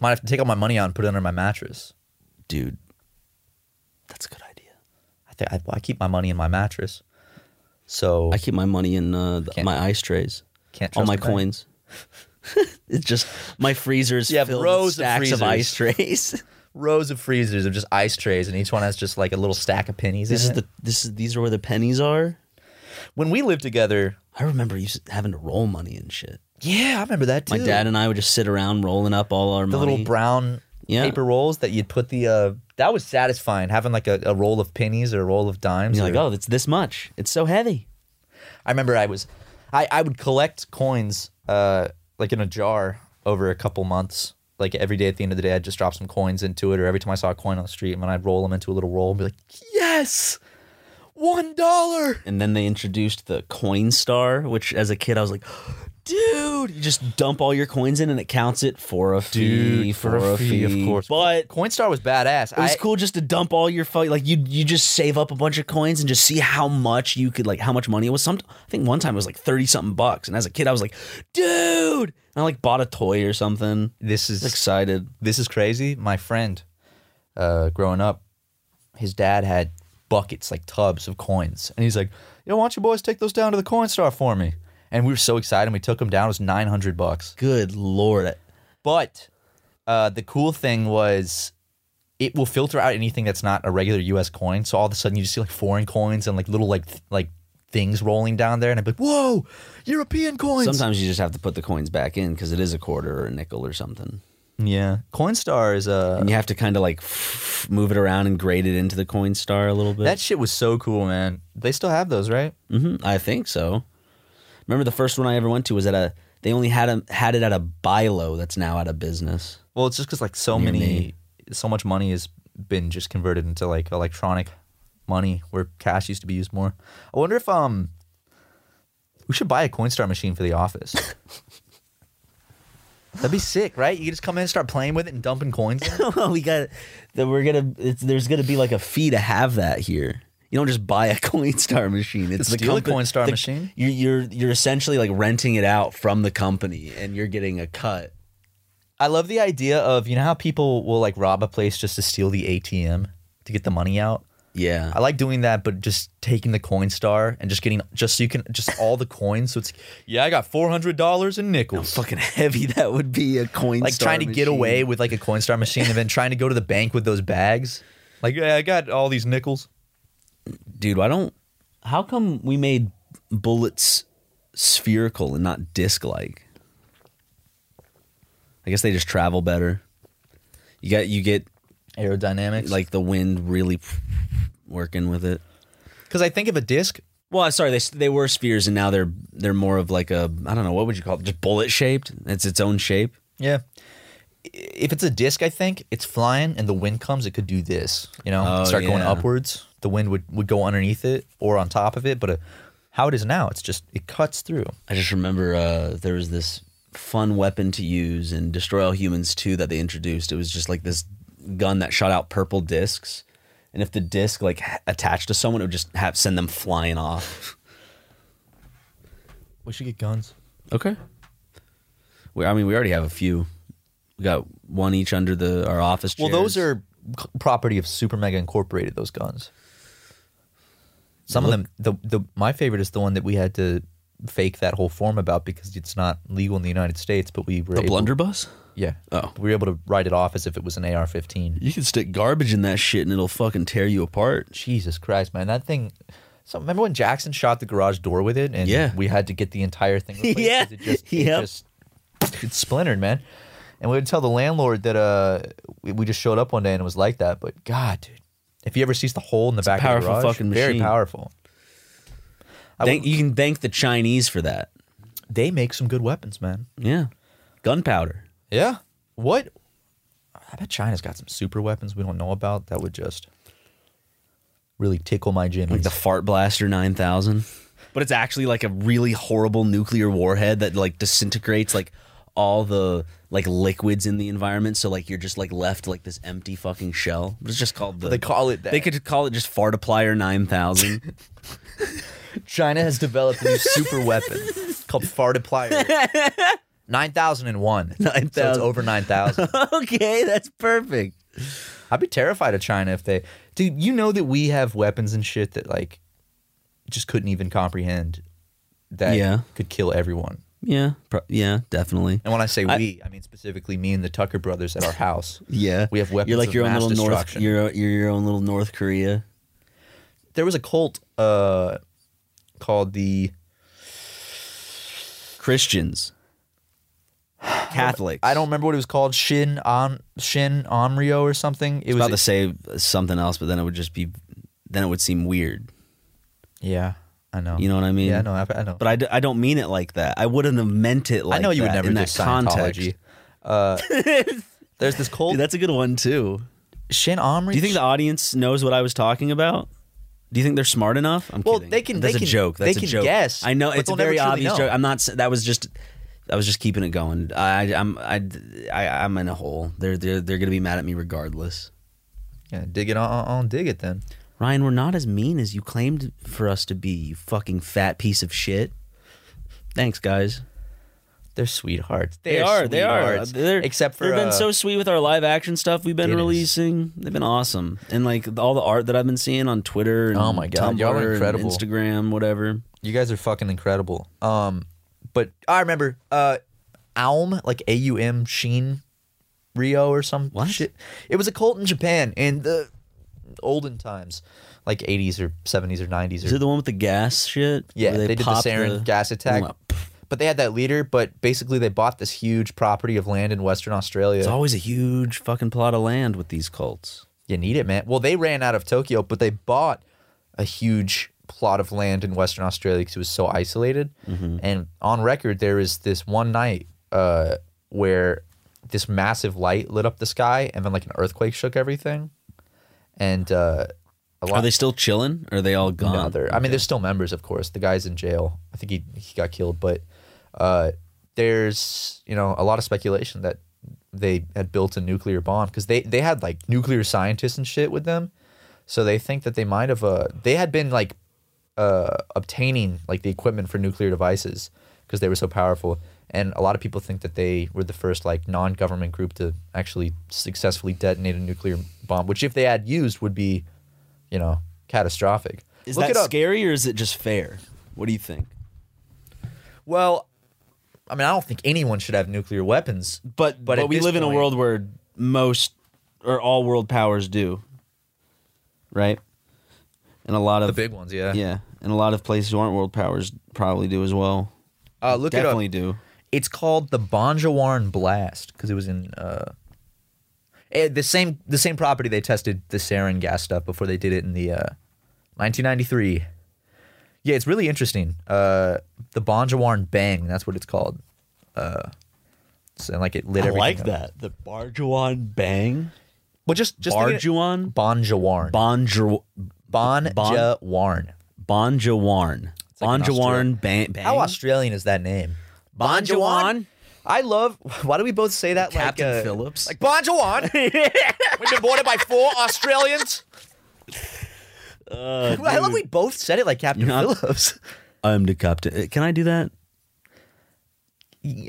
Speaker 1: Might have to take all my money out and put it under my mattress.
Speaker 2: dude. That's a good idea.
Speaker 1: I think I, well, I keep my money in my mattress, so
Speaker 2: I keep my money in uh, the-
Speaker 1: Can't-
Speaker 2: my ice trays.
Speaker 1: can't
Speaker 2: all
Speaker 1: trust
Speaker 2: my
Speaker 1: the bank.
Speaker 2: coins. it's just my freezers
Speaker 1: You have
Speaker 2: filled
Speaker 1: rows
Speaker 2: with
Speaker 1: of
Speaker 2: stacks of,
Speaker 1: freezers.
Speaker 2: ice trays.
Speaker 1: rows of freezers of just ice trays, and each one has just like a little stack of pennies.
Speaker 2: this
Speaker 1: in
Speaker 2: is
Speaker 1: it.
Speaker 2: the this is these are where the pennies are.
Speaker 1: when we lived together.
Speaker 2: I remember you s- having to roll money and shit.
Speaker 1: Yeah, I remember that too.
Speaker 2: My dad and I would just sit around rolling up all our
Speaker 1: the
Speaker 2: money.
Speaker 1: little brown
Speaker 2: Yeah.
Speaker 1: paper rolls that you'd put the. uh That was satisfying having like a, a roll of pennies or a roll of
Speaker 2: And
Speaker 1: dimes.
Speaker 2: you're like,
Speaker 1: or-
Speaker 2: oh, it's this much. It's so heavy.
Speaker 1: I remember I was, I I would collect coins uh like in a jar over a couple months. Like every day at the end of the day, I'd just drop some coins into it, or every time I saw a coin on the street, and then I'd roll them into a little roll and be like, yes, one dollar.
Speaker 2: And then they introduced the coin star, which as a kid I was like, dude, you just dump all your coins in and it counts it for a fee,
Speaker 1: Dude,
Speaker 2: for, a fee,
Speaker 1: of course.
Speaker 2: But
Speaker 1: Coinstar was badass.
Speaker 2: It was
Speaker 1: I,
Speaker 2: cool just to dump all your fu- like you you just save up a bunch of coins and just see how much you could like how much money it was. Some I think one time it was like thirty something bucks, and as a kid I was like, dude, and I like bought a toy or something.
Speaker 1: This is
Speaker 2: I was excited.
Speaker 1: this is crazy. My friend, uh, growing up, his dad had buckets like tubs of coins, and he's like, "You know, why don't you boys take those down to the Coinstar for me?" And we were so excited. and We took them down. It was nine hundred bucks.
Speaker 2: Good lord,
Speaker 1: But uh, the cool thing was. It will filter out anything that's not a regular U.S. coin. So all of a sudden, you just see like foreign coins and like little like th- like things rolling down there, and I'd be like, "Whoa, European coins!"
Speaker 2: sometimes you just have to put the coins back in because it is a quarter or a nickel or something,
Speaker 1: yeah, Coinstar is uh, a
Speaker 2: and you have to kind of like move it around and grade it into the coin star a little bit.
Speaker 1: That shit was so cool, man. They still have those, right?
Speaker 2: hmm I think so. Remember the first one I ever went to was at a. They only had a, had it at a Bilo that's now out of business.
Speaker 1: Well, it's just because like so many,
Speaker 2: me.
Speaker 1: so much money has been just converted into like electronic money where cash used to be used more. I wonder if um, we should buy a Coinstar machine for the office. That'd be sick, right? You could just come in and start playing with it and dumping coins. in.
Speaker 2: well, we got that we're gonna it's, there's gonna be like a fee to have that here you don't just buy a coinstar machine it's the
Speaker 1: Steal a
Speaker 2: compa-
Speaker 1: Coinstar
Speaker 2: the-
Speaker 1: machine?
Speaker 2: you're, you're you're essentially like renting it out from the company and you're getting a cut
Speaker 1: I love the idea of you know how people will like rob a place just to steal the ATM to get the money out.
Speaker 2: yeah
Speaker 1: I like doing that, but just taking the coin star and just getting just so you can just all the coins. So it's yeah, I got four hundred dollars in nickels.
Speaker 2: fucking heavy that would be a coinstar
Speaker 1: like trying to
Speaker 2: machine.
Speaker 1: get away with like a coin star machine and then trying to go to the bank with those bags. Like yeah, I got all these nickels.
Speaker 2: dude why don't how come we made bullets spherical and not disc like i guess they just travel better you got you get
Speaker 1: Aerodynamics, like
Speaker 2: like the wind really working with it.
Speaker 1: because I think of a disc.
Speaker 2: Well, sorry, they they were spheres, and now they're they're more of like a I don't know what would you call it, just bullet shaped. It's its own shape.
Speaker 1: Yeah, I- if it's a disc, I think it's flying and the wind comes, it could do this. You know,
Speaker 2: Oh,
Speaker 1: start going
Speaker 2: yeah.
Speaker 1: upwards. The wind would would go underneath it or on top of it. But uh how it is now, it's just it cuts through.
Speaker 2: I just remember uh, there was this fun weapon to use in Destroy All Humans 2 that they introduced. It was just like this gun that shot out purple discs. And if the disc like h- attached to someone, it would just have send them flying off.
Speaker 1: We should get guns.
Speaker 2: Okay. We, I mean, we already have a few. We got one each under the our office.
Speaker 1: Well, those
Speaker 2: chairs.
Speaker 1: are c- property of Super Mega Incorporated. Those guns. Some of them. The the my favorite is the one that we had to fake that whole form about because it's not legal in the United States, but we were
Speaker 2: the
Speaker 1: able,
Speaker 2: blunderbuss.
Speaker 1: Yeah.
Speaker 2: Oh.
Speaker 1: We were able to write it off as if it was an AR-15.
Speaker 2: You can stick garbage in that shit and it'll fucking tear you apart.
Speaker 1: Jesus Christ, man, that thing. So remember when Jackson shot the garage door with it, and
Speaker 2: Yeah.
Speaker 1: we had to get the entire thing. Replaced 'cause
Speaker 2: Yeah.
Speaker 1: It just, it
Speaker 2: Yep.
Speaker 1: just it splintered, man. And we would tell the landlord that uh, we, we just showed up one day and it was like that. But God, dude, if you ever sees the hole in the back
Speaker 2: powerful
Speaker 1: of the garage,
Speaker 2: fucking
Speaker 1: very
Speaker 2: machine.
Speaker 1: powerful. I
Speaker 2: Thank,
Speaker 1: would-
Speaker 2: you can thank the Chinese for that.
Speaker 1: they make some good weapons, man.
Speaker 2: Yeah, gunpowder.
Speaker 1: Yeah. What? I bet China's got some super weapons we don't know about that would just really tickle my jimmies.
Speaker 2: like the fart blaster 9000 but it's actually like a really horrible nuclear warhead that like disintegrates like all the like liquids in the environment so like you're just like left like this empty fucking shell it's just called the
Speaker 1: they call it that.
Speaker 2: they could call it just fartiplier 9000
Speaker 1: China has developed a new super weapon It's called Fartiplier. 9001. So it's
Speaker 2: 9,000.
Speaker 1: over 9000.
Speaker 2: okay that's perfect
Speaker 1: I'd be terrified of China if they. Dude, you know that we have weapons and shit that, like, just couldn't even comprehend that
Speaker 2: Yeah.
Speaker 1: could kill everyone.
Speaker 2: yeah pro- yeah definitely
Speaker 1: And when I say
Speaker 2: I-
Speaker 1: we, I mean specifically me and the Tucker brothers at our house.
Speaker 2: yeah
Speaker 1: We have weapons
Speaker 2: you're like
Speaker 1: of
Speaker 2: your own
Speaker 1: mass
Speaker 2: little north
Speaker 1: destruction.
Speaker 2: you're, you're your own little north korea
Speaker 1: there was a cult uh, called the.
Speaker 2: christians catholics
Speaker 1: I don't remember what it was called. Shin on Shin Onryo or something. It
Speaker 2: I was
Speaker 1: was
Speaker 2: about to say something else, but then it would just be, then it would seem weird.
Speaker 1: yeah. I know.
Speaker 2: You know what I mean?
Speaker 1: Yeah, I know. I, I know.
Speaker 2: But I, d- I don't mean it like that. I wouldn't have meant it like
Speaker 1: I know you would
Speaker 2: that
Speaker 1: never
Speaker 2: in
Speaker 1: do
Speaker 2: that context.
Speaker 1: Scientology. Uh, there's this cult
Speaker 2: Dude, that's a good one too.
Speaker 1: Shin Omri.
Speaker 2: Do you think the audience knows what I was talking about? Do you think they're smart enough? I'm
Speaker 1: Well,
Speaker 2: kidding.
Speaker 1: they can-
Speaker 2: That's
Speaker 1: they
Speaker 2: a
Speaker 1: can-
Speaker 2: joke. That's
Speaker 1: they
Speaker 2: a
Speaker 1: can
Speaker 2: joke.
Speaker 1: guess,
Speaker 2: I know
Speaker 1: but
Speaker 2: it's a
Speaker 1: they'll never
Speaker 2: very
Speaker 1: truly
Speaker 2: obvious
Speaker 1: know.
Speaker 2: joke. I'm not. s- That was just. I was just keeping it going. I, I'm. I, I. I'm in a hole. They're. They're. They're gonna be mad at me regardless.
Speaker 1: yeah, dig it on, on, on dig it then?
Speaker 2: Ryan, we're not as mean as you claimed for us to be, you fucking fat piece of shit. Thanks, guys.
Speaker 1: They're sweethearts.
Speaker 2: They are. They are.
Speaker 1: sweethearts.
Speaker 2: They're,
Speaker 1: Except for
Speaker 2: they've been
Speaker 1: uh,
Speaker 2: so sweet with our live action stuff we've been
Speaker 1: It is.
Speaker 2: releasing. They've been awesome, and like all the art that I've been seeing on Twitter. And
Speaker 1: Oh my God,
Speaker 2: Tumblr
Speaker 1: y'all are
Speaker 2: and
Speaker 1: incredible.
Speaker 2: Instagram, whatever.
Speaker 1: You guys are fucking incredible. Um, but I remember uh, Aum like A U M Sheen Rio or some
Speaker 2: What?
Speaker 1: shit. It was a cult in Japan in the olden times, like 80s or 70s or 90s. Or,
Speaker 2: Is it the one with the gas shit?
Speaker 1: yeah,
Speaker 2: Where
Speaker 1: they, did the
Speaker 2: pop
Speaker 1: sarin
Speaker 2: the-
Speaker 1: gas attack.
Speaker 2: Mwah.
Speaker 1: But they had that leader. But basically, they bought this huge property of land in Western Australia.
Speaker 2: It's always a huge fucking plot of land with these cults.
Speaker 1: You need it, man. Well, they ran out of Tokyo, but they bought a huge plot of land in Western Australia because it was so isolated. And on record, there is this one night uh, where this massive light lit up the sky, and then like an earthquake shook everything. And uh, a lot
Speaker 2: Are they still chilling? Or are they all gone?
Speaker 1: no, they're- I mean, there's still members, of course. The guy's in jail. I think he he got killed, but uh, there's you know a lot of speculation that they had built a nuclear bomb because they they had like nuclear scientists and shit with them, so they think that they might have uh they had been like uh obtaining like the equipment for nuclear devices because they were so powerful. And a lot of people think that they were the first like non-government group to actually successfully detonate a nuclear bomb, which if they had used would be, you know, catastrophic.
Speaker 2: Is
Speaker 1: Look
Speaker 2: that
Speaker 1: it up.
Speaker 2: scary or is it just fair? What do you think?
Speaker 1: Well, I mean, I don't think anyone should have nuclear weapons.
Speaker 2: But
Speaker 1: But
Speaker 2: but,
Speaker 1: at
Speaker 2: we
Speaker 1: this
Speaker 2: live in a
Speaker 1: point-
Speaker 2: world where most or all world powers do, right? And a lot of
Speaker 1: The big ones, yeah.
Speaker 2: yeah, and a lot of places who aren't world powers probably do as well.
Speaker 1: Uh, look
Speaker 2: Definitely
Speaker 1: it up.
Speaker 2: do.
Speaker 1: It's called the Bonjawarn Blast because it was in uh, eh, the same the same property they tested the sarin gas stuff before they did it in the uh, 1993. Yeah, it's really interesting. Uh, the Bonjawarn Bang, that's what it's called. Uh, so like it lit everything. up.
Speaker 2: The Barjuan Bang.
Speaker 1: Well, just just
Speaker 2: Barjuan
Speaker 1: Bonjawarn.
Speaker 2: Bonjawarn
Speaker 1: Bonjawarn.
Speaker 2: Bonjawarn
Speaker 1: like an
Speaker 2: Bonjawarn Bang.
Speaker 1: How Australian is that name?
Speaker 2: Bonjawarn
Speaker 1: I love. Why do we both say that?
Speaker 2: Captain
Speaker 1: like, uh,
Speaker 2: Phillips.
Speaker 1: like Bon Joon. We've been boarded by four Australians.
Speaker 2: Uh,
Speaker 1: I love we both said it like Captain
Speaker 2: You're not-
Speaker 1: Phillips.
Speaker 2: I'm the captain. Uh, Can I do that?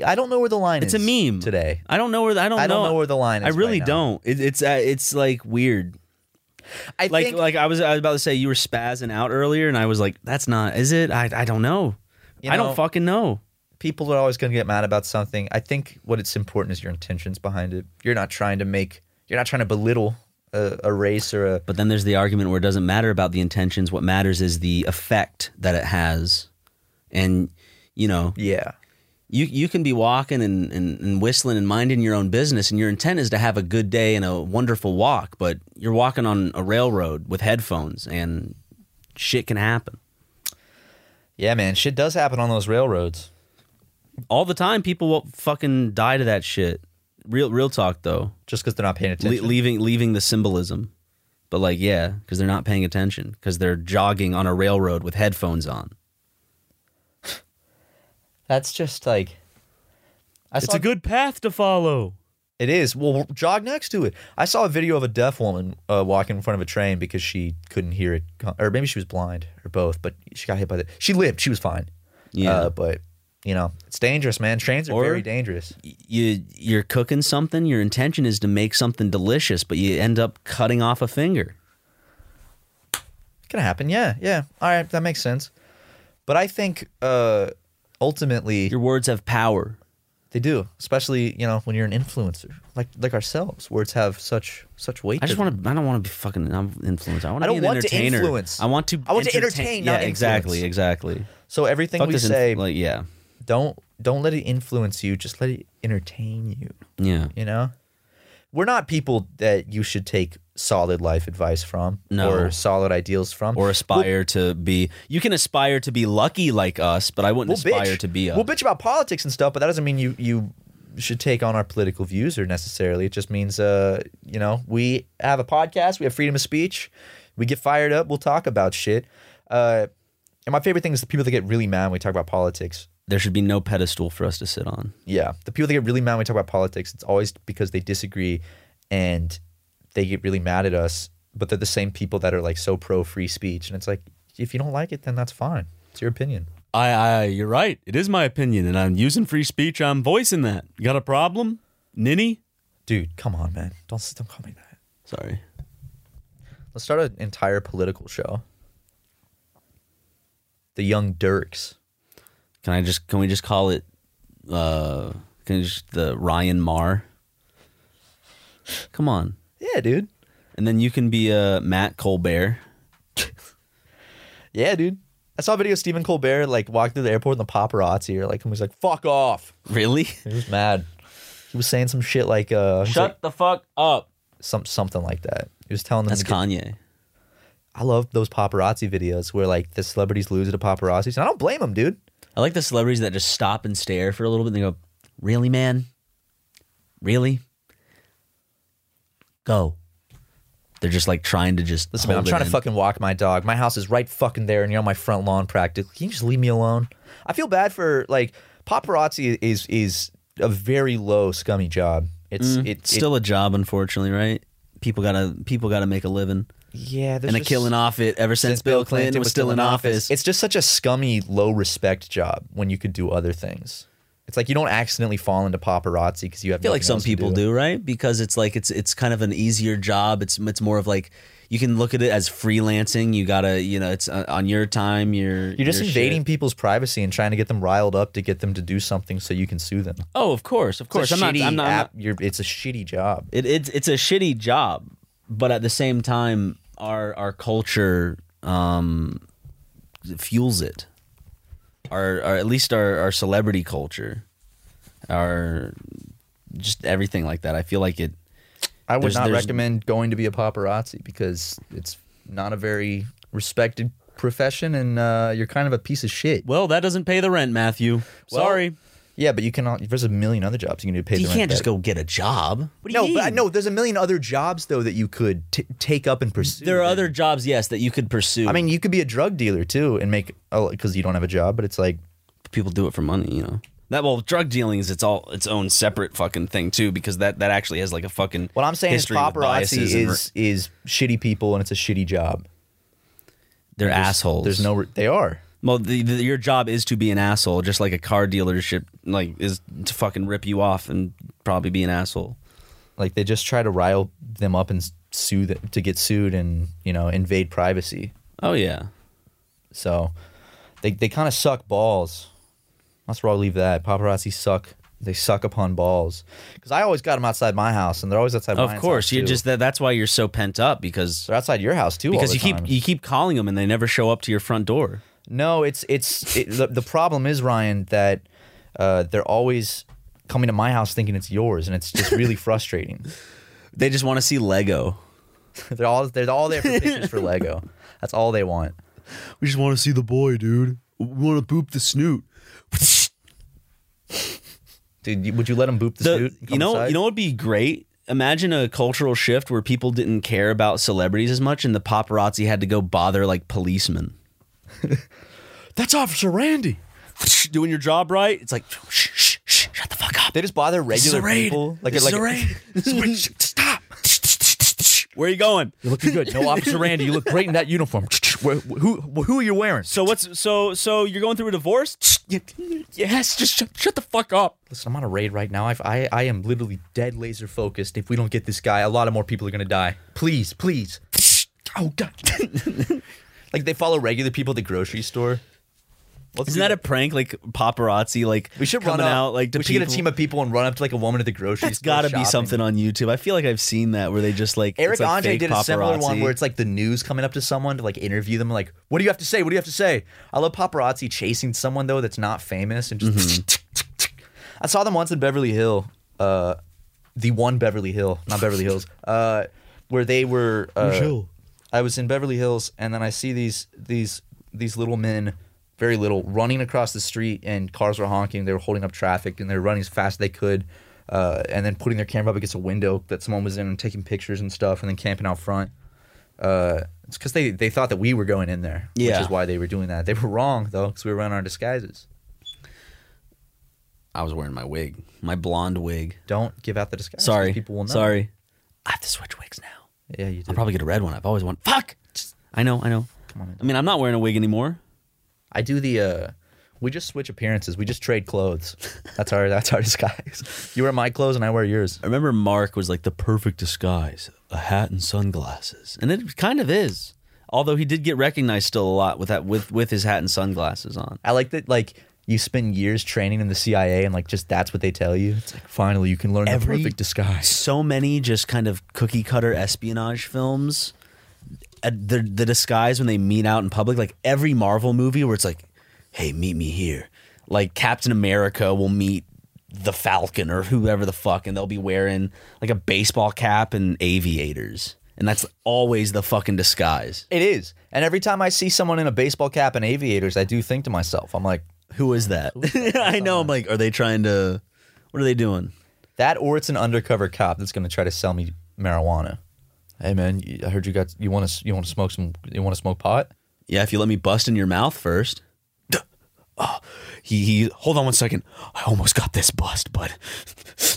Speaker 1: I don't know where the line
Speaker 2: It's a
Speaker 1: is.
Speaker 2: meme
Speaker 1: today.
Speaker 2: I don't know where. The, I don't.
Speaker 1: I don't know where the line
Speaker 2: I
Speaker 1: is
Speaker 2: really
Speaker 1: right now.
Speaker 2: don't. It, it's uh, it's like weird.
Speaker 1: I
Speaker 2: Like
Speaker 1: think
Speaker 2: like I was I was about to say you were spazzing out earlier, and I was like, that's not. Is it? I I don't know.
Speaker 1: You
Speaker 2: I
Speaker 1: know-
Speaker 2: don't fucking know.
Speaker 1: people are always going to get mad about something. I think what it's important is your intentions behind it. You're not trying to make. You're not trying to belittle a, a race or a.
Speaker 2: But then there's the argument where it doesn't matter about the intentions. What matters is the effect that it has, and you know
Speaker 1: Yeah.
Speaker 2: you you can be walking and, and, and whistling and minding your own business and your intent is to have a good day and a wonderful walk but you're walking on a railroad with headphones and shit can happen
Speaker 1: Yeah, man. Shit does happen on those railroads.
Speaker 2: all the time people will fucking die to that shit real real talk though
Speaker 1: Just because they're not paying
Speaker 2: Le-
Speaker 1: attention.
Speaker 2: leaving leaving the symbolism but like yeah because they're not paying attention because they're jogging on a railroad with headphones on
Speaker 1: That's just like. I saw,
Speaker 2: good path to follow
Speaker 1: It is. Well, jog next to it. I saw a video of a deaf woman uh, walking in front of a train because she couldn't hear it, or maybe she was blind or both. But she got hit by the. She lived. She was fine.
Speaker 2: Yeah.
Speaker 1: Uh, but you know, it's dangerous, man. Trains are
Speaker 2: Or-
Speaker 1: very dangerous.
Speaker 2: you you're cooking something your intention is to make something delicious but you end up cutting off a finger
Speaker 1: It can happen. Yeah. Yeah. All right. That makes sense. But I think uh, ultimately
Speaker 2: your words have power
Speaker 1: they do, especially you know when you're an influencer like like ourselves. Words have such such weight.
Speaker 2: i just
Speaker 1: to them.
Speaker 2: want to i don't want to be fucking an influencer i want
Speaker 1: I
Speaker 2: to
Speaker 1: don't
Speaker 2: be an
Speaker 1: want to
Speaker 2: entertainer
Speaker 1: influence.
Speaker 2: i want to
Speaker 1: I want to entertain,
Speaker 2: yeah
Speaker 1: not
Speaker 2: exactly
Speaker 1: influence.
Speaker 2: exactly
Speaker 1: So everything
Speaker 2: Fuck
Speaker 1: we
Speaker 2: this inf-
Speaker 1: say,
Speaker 2: like yeah
Speaker 1: don't don't let it influence you. Just let it entertain you.
Speaker 2: yeah
Speaker 1: you know we're not people that you should take solid life advice from
Speaker 2: No.
Speaker 1: or solid ideals from
Speaker 2: or aspire to be you can aspire to be lucky like us but i wouldn't
Speaker 1: we'll, we'll
Speaker 2: aspire
Speaker 1: bitch.
Speaker 2: to be us
Speaker 1: we'll bitch about politics and stuff but that doesn't mean you you should take on our political views or necessarily it just means uh you know we have a podcast we have freedom of speech we get fired up we'll talk about shit uh and my favorite thing is the people that get really mad when we talk about politics
Speaker 2: there should be no pedestal for us to sit on
Speaker 1: Yeah, the people that get really mad when we talk about politics, it's always because they disagree, and they get really mad at us. But they're the same people that are like so pro free speech, and it's like if you don't like it, then that's fine. It's your opinion.
Speaker 2: I, I, you're right. It is my opinion, and I'm using free speech. I'm voicing that. You got a problem, Ninny?
Speaker 1: Dude, come on, man. Don't s- don't call me that.
Speaker 2: Sorry.
Speaker 1: Let's start an entire political show. The Young Dirks.
Speaker 2: Can I just? Can we just call it? Uh, can we just the Ryan Marr? Come on,
Speaker 1: Yeah, dude.
Speaker 2: and then you can be uh, Matt Colbert.
Speaker 1: Yeah, dude. I saw a video of Stephen Colbert like walk through the airport and the paparazzi are like, and he's like, "Fuck off."
Speaker 2: Really?
Speaker 1: He was mad. He was saying some shit like, uh, he's like-
Speaker 2: the fuck up. uh, Oh, um,
Speaker 1: uh, oh,
Speaker 2: That well, drug dealing is its all its own separate fucking thing too, because that that actually has like a fucking.
Speaker 1: What I'm saying is
Speaker 2: history with
Speaker 1: paparazzi
Speaker 2: biases and
Speaker 1: is is shitty people and it's a shitty job.
Speaker 2: they're assholes.
Speaker 1: There's no re- they are.
Speaker 2: Well, the, the, your job is to be an asshole, just like a car dealership like is to fucking rip you off and probably be an asshole.
Speaker 1: Like they just try to rile them up and s- sue them, to get sued and, you know, invade privacy.
Speaker 2: Oh yeah,
Speaker 1: So they they kind of suck balls. That's where I'll leave that. Paparazzi suck. They suck upon balls. Cuz I always got them outside my house and they're always outside
Speaker 2: of
Speaker 1: Ryan's
Speaker 2: course.
Speaker 1: house,
Speaker 2: You're
Speaker 1: too.
Speaker 2: just that. That's why you're so pent up because
Speaker 1: they're outside your house too all
Speaker 2: because
Speaker 1: the
Speaker 2: you keep
Speaker 1: time.
Speaker 2: you keep calling them and they never show up to your front door.
Speaker 1: No, it's it's it, the, the problem is Ryan that uh, they're always coming to my house thinking it's yours, and it's just really frustrating.
Speaker 2: They just want to see Lego.
Speaker 1: They're all they're all there for pictures for Lego. That's all they want.
Speaker 2: We just want to see the boy, dude. We want to poop the snoot.
Speaker 1: Dude, you- would you let them boop the,
Speaker 2: The-
Speaker 1: suit? and
Speaker 2: you
Speaker 1: come
Speaker 2: know,
Speaker 1: inside?
Speaker 2: you know what'd be great? Imagine a cultural shift where people didn't care about celebrities as much, and the paparazzi had to go bother like policemen. That's Officer Randy doing your job right. It's like shh, shh, shh, shut the fuck up.
Speaker 1: they just bother regular people. Like like
Speaker 2: Stop. Where are you going?
Speaker 1: you're looking good. No, Officer Randy, you look great in that uniform. Where- who who are you wearing?
Speaker 2: So what's so so you're going through a divorce? Yes, just shut, shut the fuck up.
Speaker 1: Listen, I'm on a raid right now. I've, I I am literally dead laser focused. If we don't get this guy, a lot of more people are gonna die. Please, please. oh god. like they follow regular people at the grocery store. Let's
Speaker 2: Isn't
Speaker 1: do
Speaker 2: that a prank? Like paparazzi, like
Speaker 1: we should run
Speaker 2: coming
Speaker 1: up,
Speaker 2: out like to
Speaker 1: we should get a
Speaker 2: people?
Speaker 1: team of people and run up to like a woman at the grocery
Speaker 2: It's
Speaker 1: store.
Speaker 2: got to be
Speaker 1: shopping.
Speaker 2: something on YouTube. I feel like I've seen that where they just like
Speaker 1: Eric
Speaker 2: it's like
Speaker 1: Andre
Speaker 2: fake
Speaker 1: did a similar one
Speaker 2: paparazzi.
Speaker 1: where it's like the news coming up to someone to like interview them. Like, what do you have to say? What do you have to say? I love paparazzi chasing someone though that's not famous and just.
Speaker 2: Mm-hmm.
Speaker 1: I saw them once in Beverly Hill, uh, the one Beverly Hill, not Beverly Hills, uh, where they were. Uh, I was in Beverly Hills, and then I see these these these little men, very little, running across the street, and cars were honking. They were holding up traffic, and they were running as fast as they could, uh, and then putting their camera up against a window that someone was in and taking pictures and stuff, and then camping out front. Uh, it's because they they thought that we were going in there,
Speaker 2: Yeah.
Speaker 1: which is why they were doing that. They were wrong though, because we were wearing our disguises.
Speaker 2: I was wearing my wig, my blonde wig.
Speaker 1: Don't give out the disguises. 'cause
Speaker 2: Sorry,
Speaker 1: people will know.
Speaker 2: Sorry, I have to switch wigs now.
Speaker 1: yeah, you did.
Speaker 2: I'll probably get a red one. I've always wanted. Fuck. Just- I know. I know.
Speaker 1: Come on, man.
Speaker 2: I mean, I'm not wearing a wig anymore.
Speaker 1: I do the. uh We just switch appearances. We just trade clothes. That's our. That's our disguise. You wear my clothes and I wear yours.
Speaker 2: I remember Mark was like the perfect disguise, a hat and sunglasses. And it kind of is. Although he did get recognized still a lot with that with with his hat and sunglasses on.
Speaker 1: I like that. Like you spend years training in the CIA and like just that's what they tell you. It's like finally you can learn
Speaker 2: Every-
Speaker 1: the perfect disguise.
Speaker 2: So many just kind of cookie cutter espionage films. uh, The the disguise when they meet out in public, like every Marvel movie where it's like, "Hey, meet me here." Like Captain America will meet the Falcon or whoever the fuck, and they'll be wearing like a baseball cap and aviators, and that's always the fucking disguise.
Speaker 1: It is. And every time I see someone in a baseball cap and aviators, I do think to myself, I'm like
Speaker 2: Who is that? I know. I'm like, are they trying to? What are they doing?
Speaker 1: that, or it's an undercover cop that's going to try to sell me marijuana. Hey man, you- I heard you got you want to you want to smoke some you want to smoke pot.
Speaker 2: Yeah, if you let me bust in your mouth first. Duh. Oh, he, he. Hold on one second. I almost got this bust, but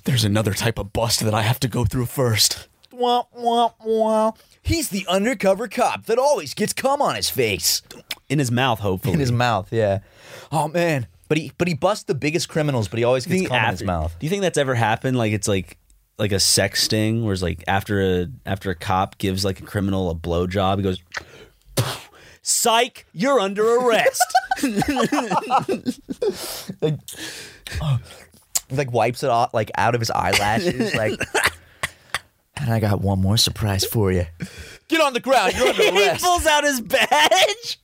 Speaker 2: there's another type of bust that I have to go through first.
Speaker 1: Womp womp womp. He's the undercover cop that always gets cum on his face.
Speaker 2: In his mouth, hopefully.
Speaker 1: In his mouth, yeah. Oh man. But he but he busts the biggest criminals, but he always gets
Speaker 2: Think
Speaker 1: cum in his
Speaker 2: after-
Speaker 1: mouth.
Speaker 2: Do you think that's ever happened? Like it's like like a sex sting, where it's like after a after a cop gives like a criminal a blowjob, he goes, "Psych, you're under arrest."
Speaker 1: like wipes it off like out of his eyelashes like and i got one more surprise for you get on the ground you're under
Speaker 2: he
Speaker 1: arrest
Speaker 2: pulls out his badge,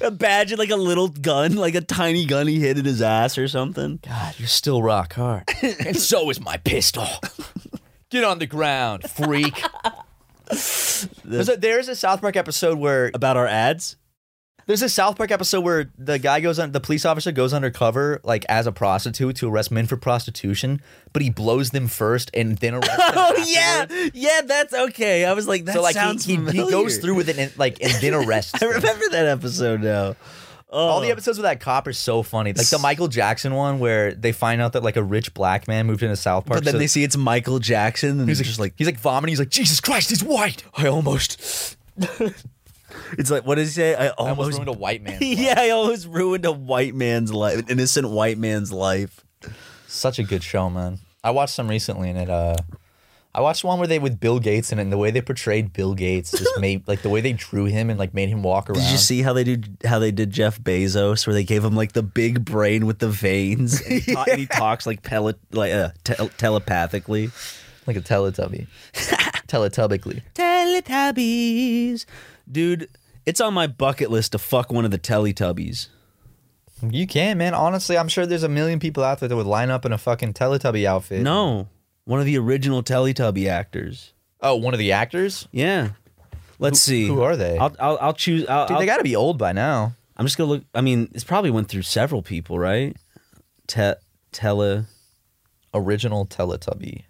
Speaker 2: a badge and like a little gun, like a tiny gun he hid in his ass or something.
Speaker 1: god you're still rock hard and so is my pistol get on the ground freak there's a, there's a south park episode where
Speaker 2: About our ads,
Speaker 1: there's a south park episode where the guy goes on the police officer goes undercover like as a prostitute to arrest men for prostitution but he blows them first and then arrests them
Speaker 2: oh yeah, yeah, that's okay. I was like, that
Speaker 1: so like
Speaker 2: sounds
Speaker 1: he, he, he
Speaker 2: familiar.
Speaker 1: goes through with it and like and then arrests
Speaker 2: I
Speaker 1: them.
Speaker 2: remember that episode now. Oh.
Speaker 1: All the episodes with that cop are so funny. Like the Michael Jackson one where they find out that like a rich black man moved into South Park.
Speaker 2: But then
Speaker 1: so
Speaker 2: they see it's Michael Jackson, and
Speaker 1: he's
Speaker 2: he's
Speaker 1: like,
Speaker 2: just like,
Speaker 1: he's like vomiting. He's like, Jesus Christ, he's white.
Speaker 2: I almost. it's like, what does he say? I
Speaker 1: I almost
Speaker 2: almost.
Speaker 1: ruined a white man.
Speaker 2: yeah, I almost ruined a white man's life, an innocent white man's life.
Speaker 1: Such a good show, man. I watched some recently and it uh I watched one where they with Bill Gates in it, and the way they portrayed Bill Gates just made like the way they drew him and like made him walk around.
Speaker 2: Did you see how they do how they did Jeff Bezos, where they gave him like the big brain with the veins, and he, ta- and he talks like pele- like uh, te- telepathically.
Speaker 1: Like a Teletubby. Teletubbically.
Speaker 2: Teletubbies, dude. It's on my bucket list to fuck one of the Teletubbies.
Speaker 1: You can, man. Honestly, I'm sure there's a million people out there that would line up in a fucking Teletubby outfit.
Speaker 2: No, one of the original Teletubby actors.
Speaker 1: Oh, one of the actors?
Speaker 2: Yeah. Let's see.
Speaker 1: who are they?
Speaker 2: I'll I'll, I'll choose. I'll,
Speaker 1: Dude,
Speaker 2: I'll-
Speaker 1: they gotta be old by now.
Speaker 2: I'm just gonna look. I mean, it's probably went through several people, right? Te- tele.
Speaker 1: Original Teletubby.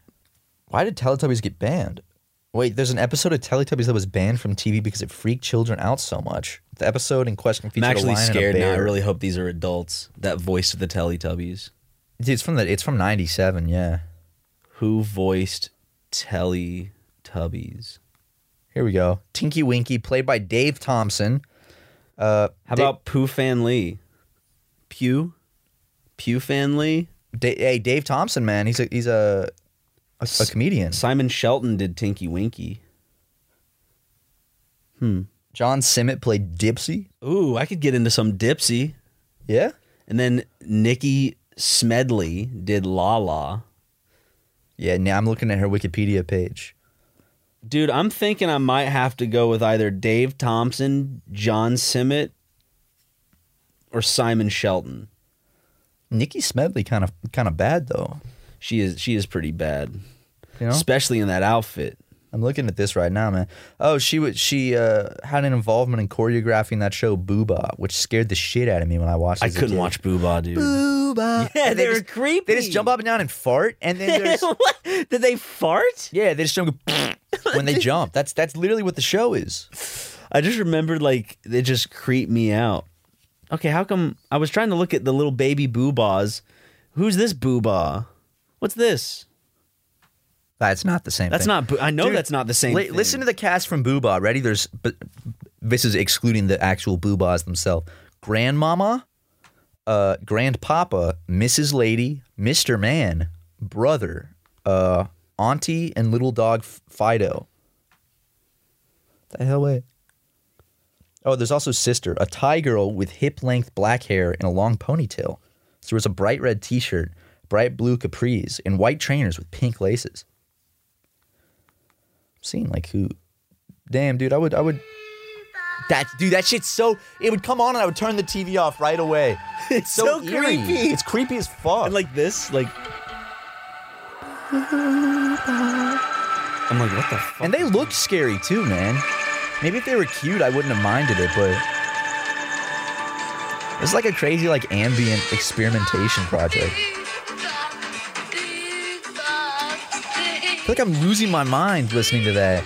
Speaker 1: Why did Teletubbies get banned? Wait, there's an episode of Teletubbies that was banned from TV because it freaked children out so much. The episode in question
Speaker 2: I'm
Speaker 1: featured a
Speaker 2: actually
Speaker 1: lion
Speaker 2: scared
Speaker 1: and a
Speaker 2: now.
Speaker 1: bear.
Speaker 2: I really hope these are adults that voiced the Teletubbies.
Speaker 1: Dude, it's from the it's from '97. Yeah,
Speaker 2: Who voiced Teletubbies?
Speaker 1: here we go. Tinky Winky, played by Dave Thompson. Uh,
Speaker 2: How
Speaker 1: Da-
Speaker 2: about Pooh Fan Lee? Pew? Pew Fan Lee?
Speaker 1: Da- hey, Dave Thompson, man, he's a he's a a, a comedian.
Speaker 2: Simon Shelton did Tinky Winky.
Speaker 1: John Simmet played Dipsy.
Speaker 2: Ooh, I could get into some Dipsy.
Speaker 1: Yeah,
Speaker 2: And then Nikki Smedley did La La.
Speaker 1: yeah. Now I'm looking at her Wikipedia page.
Speaker 2: Dude, I'm thinking I might have to go with either Dave Thompson, John Simmet, or Simon Shelton.
Speaker 1: Nikki Smedley kind of kind of bad though.
Speaker 2: She is she is pretty bad,
Speaker 1: You know,
Speaker 2: especially in that outfit.
Speaker 1: I'm looking at this right now, man. Oh, she was she uh, had an involvement in choreographing that show Booba, which scared the shit out of me when I watched.
Speaker 2: I
Speaker 1: as a
Speaker 2: couldn't
Speaker 1: kid.
Speaker 2: watch Boobah, dude.
Speaker 1: Booba.
Speaker 2: Yeah,
Speaker 1: And they
Speaker 2: they were
Speaker 1: just-
Speaker 2: creepy.
Speaker 1: They just jump up and down and fart, and then they're just
Speaker 2: What? Did they fart?
Speaker 1: Yeah, they just don't go when they jump. That's that's literally what the show is.
Speaker 2: I just remembered like it just creeped me out. Okay, how come I was trying to look at the little baby boobahs? Who's this boobah? What's this?
Speaker 1: That's not the same.
Speaker 2: That's
Speaker 1: thing.
Speaker 2: not. Boo- I know
Speaker 1: Dude,
Speaker 2: that's not the same.
Speaker 1: Li-
Speaker 2: thing.
Speaker 1: Listen to the cast from Boobah. Ready? There's but this is excluding the actual Boobahs themselves. Grandmama, uh, Grandpapa, Mrs. Lady, Mister Man, brother, uh, Auntie, and little dog Fido. The hell wait. Oh, there's also sister, a Thai girl with hip-length black hair and a long ponytail. So there was a bright red T-shirt, bright blue capris, and white trainers with pink laces seen like who damn dude i would i would that dude that shit's so it would come on and i would turn the tv off right away it's so,
Speaker 2: so
Speaker 1: eerie.
Speaker 2: creepy.
Speaker 1: it's creepy as fuck
Speaker 2: And like this, like I'm like, what the fuck?
Speaker 1: and they looked scary too man maybe if they were cute i wouldn't have minded it but it's like a crazy like ambient experimentation project I feel like I'm losing my mind listening to that.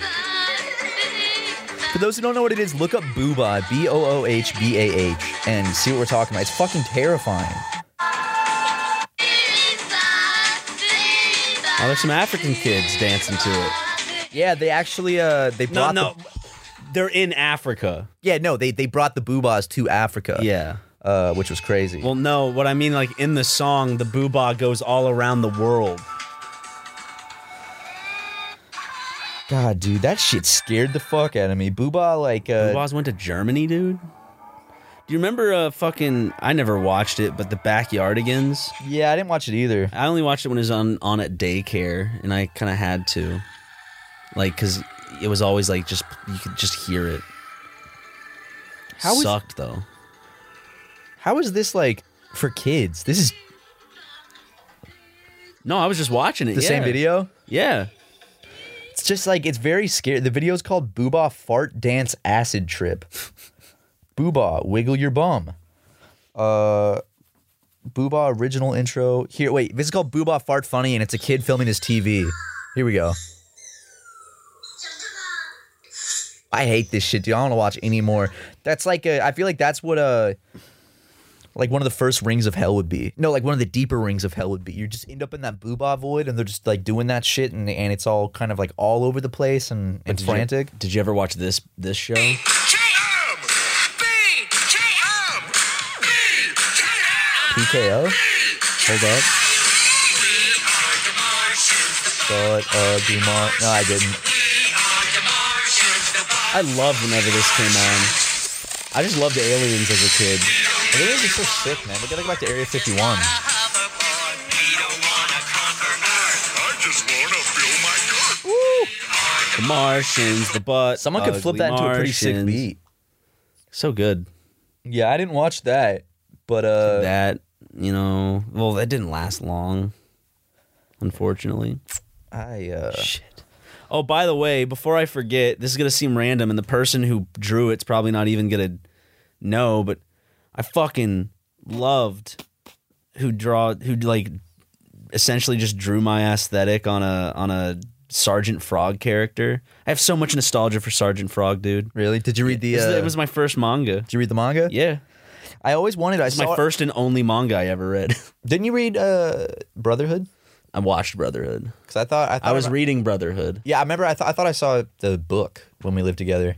Speaker 1: For those who don't know what it is, look up Booba, B O O H B A H, and see what we're talking about. It's fucking terrifying.
Speaker 2: Oh, there's some African kids dancing to it.
Speaker 1: Yeah, they actually uh they
Speaker 2: No,
Speaker 1: brought
Speaker 2: no,
Speaker 1: The,
Speaker 2: they're in Africa.
Speaker 1: yeah no they they brought the Boobas to Africa.
Speaker 2: Yeah.
Speaker 1: uh, which was crazy.
Speaker 2: Well, no, what I mean, like in the song, the boobah goes all around the world.
Speaker 1: God, dude, that shit scared the fuck out of me. Booba like uh,
Speaker 2: Boobahs went to Germany, dude. Do you remember uh, fucking? I never watched it, but the Backyardigans.
Speaker 1: yeah, I didn't watch it either.
Speaker 2: I only watched it when it was on on at daycare, and I kind of had to, like, because it was always like just you could just hear it.
Speaker 1: How is-
Speaker 2: sucked though?
Speaker 1: How is this like for kids? This is
Speaker 2: No, I was just watching it.
Speaker 1: the same
Speaker 2: yeah.
Speaker 1: video.
Speaker 2: Yeah.
Speaker 1: It's just like it's very scary. The video is called Booba Fart Dance Acid Trip. Booba, wiggle your bum. Uh Booba original intro. Here, wait, this is called Booba Fart Funny, and it's a kid filming his TV. Here we go. I hate this shit, dude. I don't want to watch anymore. That's like a, I feel like that's what uh like one of the first rings of hell would be. No, like one of the deeper rings of hell would be. You just end up in that boobah void, and they're just like doing that shit, and and it's all kind of like all over the place and,
Speaker 2: Did
Speaker 1: and
Speaker 2: you-
Speaker 1: frantic.
Speaker 2: Did you ever watch this this show?
Speaker 5: J-O-B! J-O-B! J-O-B!
Speaker 1: PKO.
Speaker 2: Hold up.
Speaker 1: Thought of Dumont. No, I didn't.
Speaker 2: I loved whenever this came on. I just loved aliens as a kid.
Speaker 1: But it is so sick, man. We gotta go back to Area 51.
Speaker 5: I just wanna feel my gut.
Speaker 2: The Martians, the butt.
Speaker 1: Someone could flip
Speaker 2: ugly
Speaker 1: that into a pretty sick
Speaker 2: Martians.
Speaker 1: beat.
Speaker 2: So good.
Speaker 1: Yeah, I didn't watch that, but uh,
Speaker 2: that you know, well, that didn't last long, unfortunately.
Speaker 1: I uh,
Speaker 2: Shit. Oh, by the way, before I forget, this is gonna seem random, and the person who drew it's probably not even gonna know, but I fucking loved who draw who like essentially just drew my aesthetic on a on a Sergeant Frog character. I have so much nostalgia for Sergeant Frog, dude.
Speaker 1: really did you read the?
Speaker 2: It was-
Speaker 1: Uh,
Speaker 2: It was my first manga.
Speaker 1: did you read the manga?
Speaker 2: Yeah,
Speaker 1: I always wanted. I
Speaker 2: it's
Speaker 1: saw.
Speaker 2: my first and only manga I ever read.
Speaker 1: Didn't you read uh, Brotherhood?
Speaker 2: I watched Brotherhood.
Speaker 1: Because I thought I, thought
Speaker 2: I was
Speaker 1: about-
Speaker 2: reading Brotherhood.
Speaker 1: Yeah, I remember. I, th- I thought I saw the book when we lived together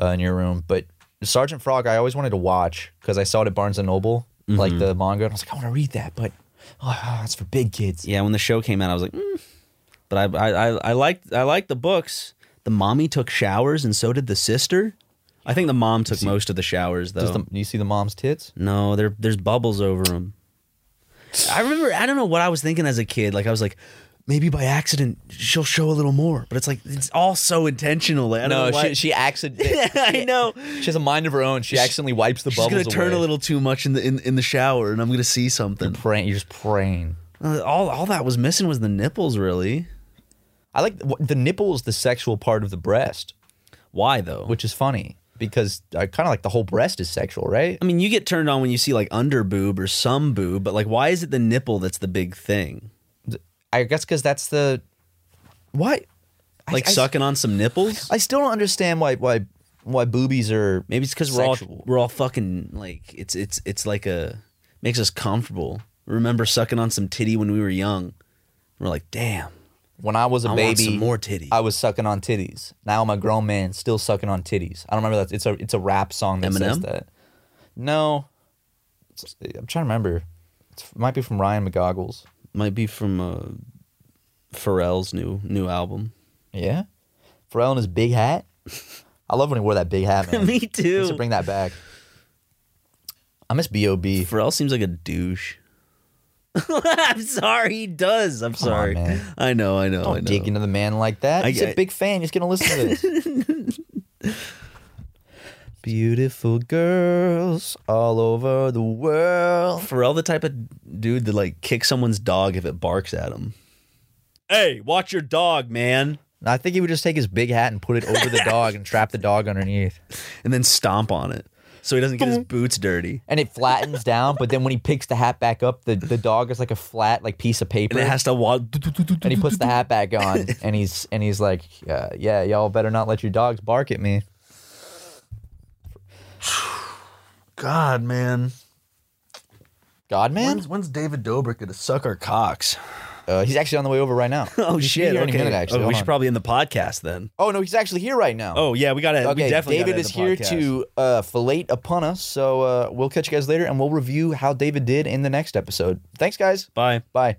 Speaker 1: uh, in your room. But Sergeant Frog, I always wanted to watch because I saw it at Barnes and Noble, like
Speaker 2: Mm-hmm.
Speaker 1: the manga, and I was like, I want to read that, but oh, it's for big kids.
Speaker 2: Yeah, when the show came out, I was like, mm. but I, I I I liked I liked the books. The mommy took showers, and so did the sister. I think the mom took most of the showers though.
Speaker 1: Does the, you see the mom's tits?
Speaker 2: no, there there's bubbles over them. I remember I don't know what I was thinking as a kid. Like I was like. Maybe by accident she'll show a little more, but it's like it's all so intentional. Like, I don't know why.
Speaker 1: she accidentally.
Speaker 2: I know
Speaker 1: She has a mind of her own. She accidentally wipes the
Speaker 2: she's
Speaker 1: bubbles
Speaker 2: gonna turn a
Speaker 1: away.
Speaker 2: little too much in the in, in the shower, and I'm gonna see
Speaker 1: You're
Speaker 2: something.
Speaker 1: praying. You're just praying.
Speaker 2: Uh, all all that was missing was the nipples, really.
Speaker 1: I like the, the nipple is the sexual part of the breast,
Speaker 2: Why though?
Speaker 1: which is funny because I kind of like the whole breast is sexual, right?
Speaker 2: I mean, you get turned on when you see like under boob or some boob, but like, why is it the nipple that's the big thing?
Speaker 1: I guess because that's the what I-
Speaker 2: Like
Speaker 1: I,
Speaker 2: sucking on some nipples?
Speaker 1: I still don't understand why why why boobies are
Speaker 2: Maybe it's because we're all
Speaker 1: Sexual.
Speaker 2: we're all fucking like it's it's it's like a makes us comfortable. Remember sucking on some titty when we were young? We're like, damn,
Speaker 1: when I was a
Speaker 2: I want
Speaker 1: baby.
Speaker 2: some more titty.
Speaker 1: I was sucking on titties. Now I'm a grown man, still sucking on titties. I don't remember that. It's a it's a rap song that says
Speaker 2: Eminem?
Speaker 1: that. No, It's- I'm trying to remember. It's, it might be from Ryan McGoggles.
Speaker 2: Might be from uh, Pharrell's new new album.
Speaker 1: Yeah, Pharrell in his big hat. I love when he wore that big hat. Man.
Speaker 2: Me
Speaker 1: We should
Speaker 2: too.
Speaker 1: bring that back. I miss B.O.B.
Speaker 2: Pharrell seems like a douche. I'm sorry, he does. I'm
Speaker 1: on,
Speaker 2: sorry.
Speaker 1: man.
Speaker 2: I know, I know, I
Speaker 1: Don't
Speaker 2: know.
Speaker 1: Oh, dig into the man like that.
Speaker 2: I-
Speaker 1: He's a
Speaker 2: I-
Speaker 1: big fan. He's gonna listen to this. Beautiful girls all over the world.
Speaker 2: Pharrell the type of dude that like kick someone's dog if it barks at him. Hey, watch your dog, man.
Speaker 1: And I think he would just take his big hat and put it over the dog and trap the dog underneath.
Speaker 2: And then stomp on it so he doesn't get his boots dirty.
Speaker 1: And it flattens down, but then when he picks the hat back up, the, the dog is like a flat like piece of paper.
Speaker 2: And it has to walk.
Speaker 1: and he puts the hat back on and he's and he's like uh, yeah y'all better not let your dogs bark at me
Speaker 2: God, man.
Speaker 1: god man
Speaker 2: When's, when's David Dobrik gonna suck our cocks?
Speaker 1: uh, he's actually on the way over right now
Speaker 2: Oh shit!
Speaker 1: here
Speaker 2: Okay.
Speaker 1: any minute,
Speaker 2: oh,
Speaker 1: actually.
Speaker 2: we
Speaker 1: Hold
Speaker 2: should
Speaker 1: on.
Speaker 2: probably end the podcast then.
Speaker 1: oh no he's actually here right now
Speaker 2: Oh yeah, we gotta. we
Speaker 1: okay
Speaker 2: definitely
Speaker 1: david
Speaker 2: gotta
Speaker 1: is here
Speaker 2: end the podcast.
Speaker 1: to uh, fillet upon us so uh, we'll catch you guys later and we'll review how david did in the next episode thanks guys
Speaker 2: Bye.
Speaker 1: bye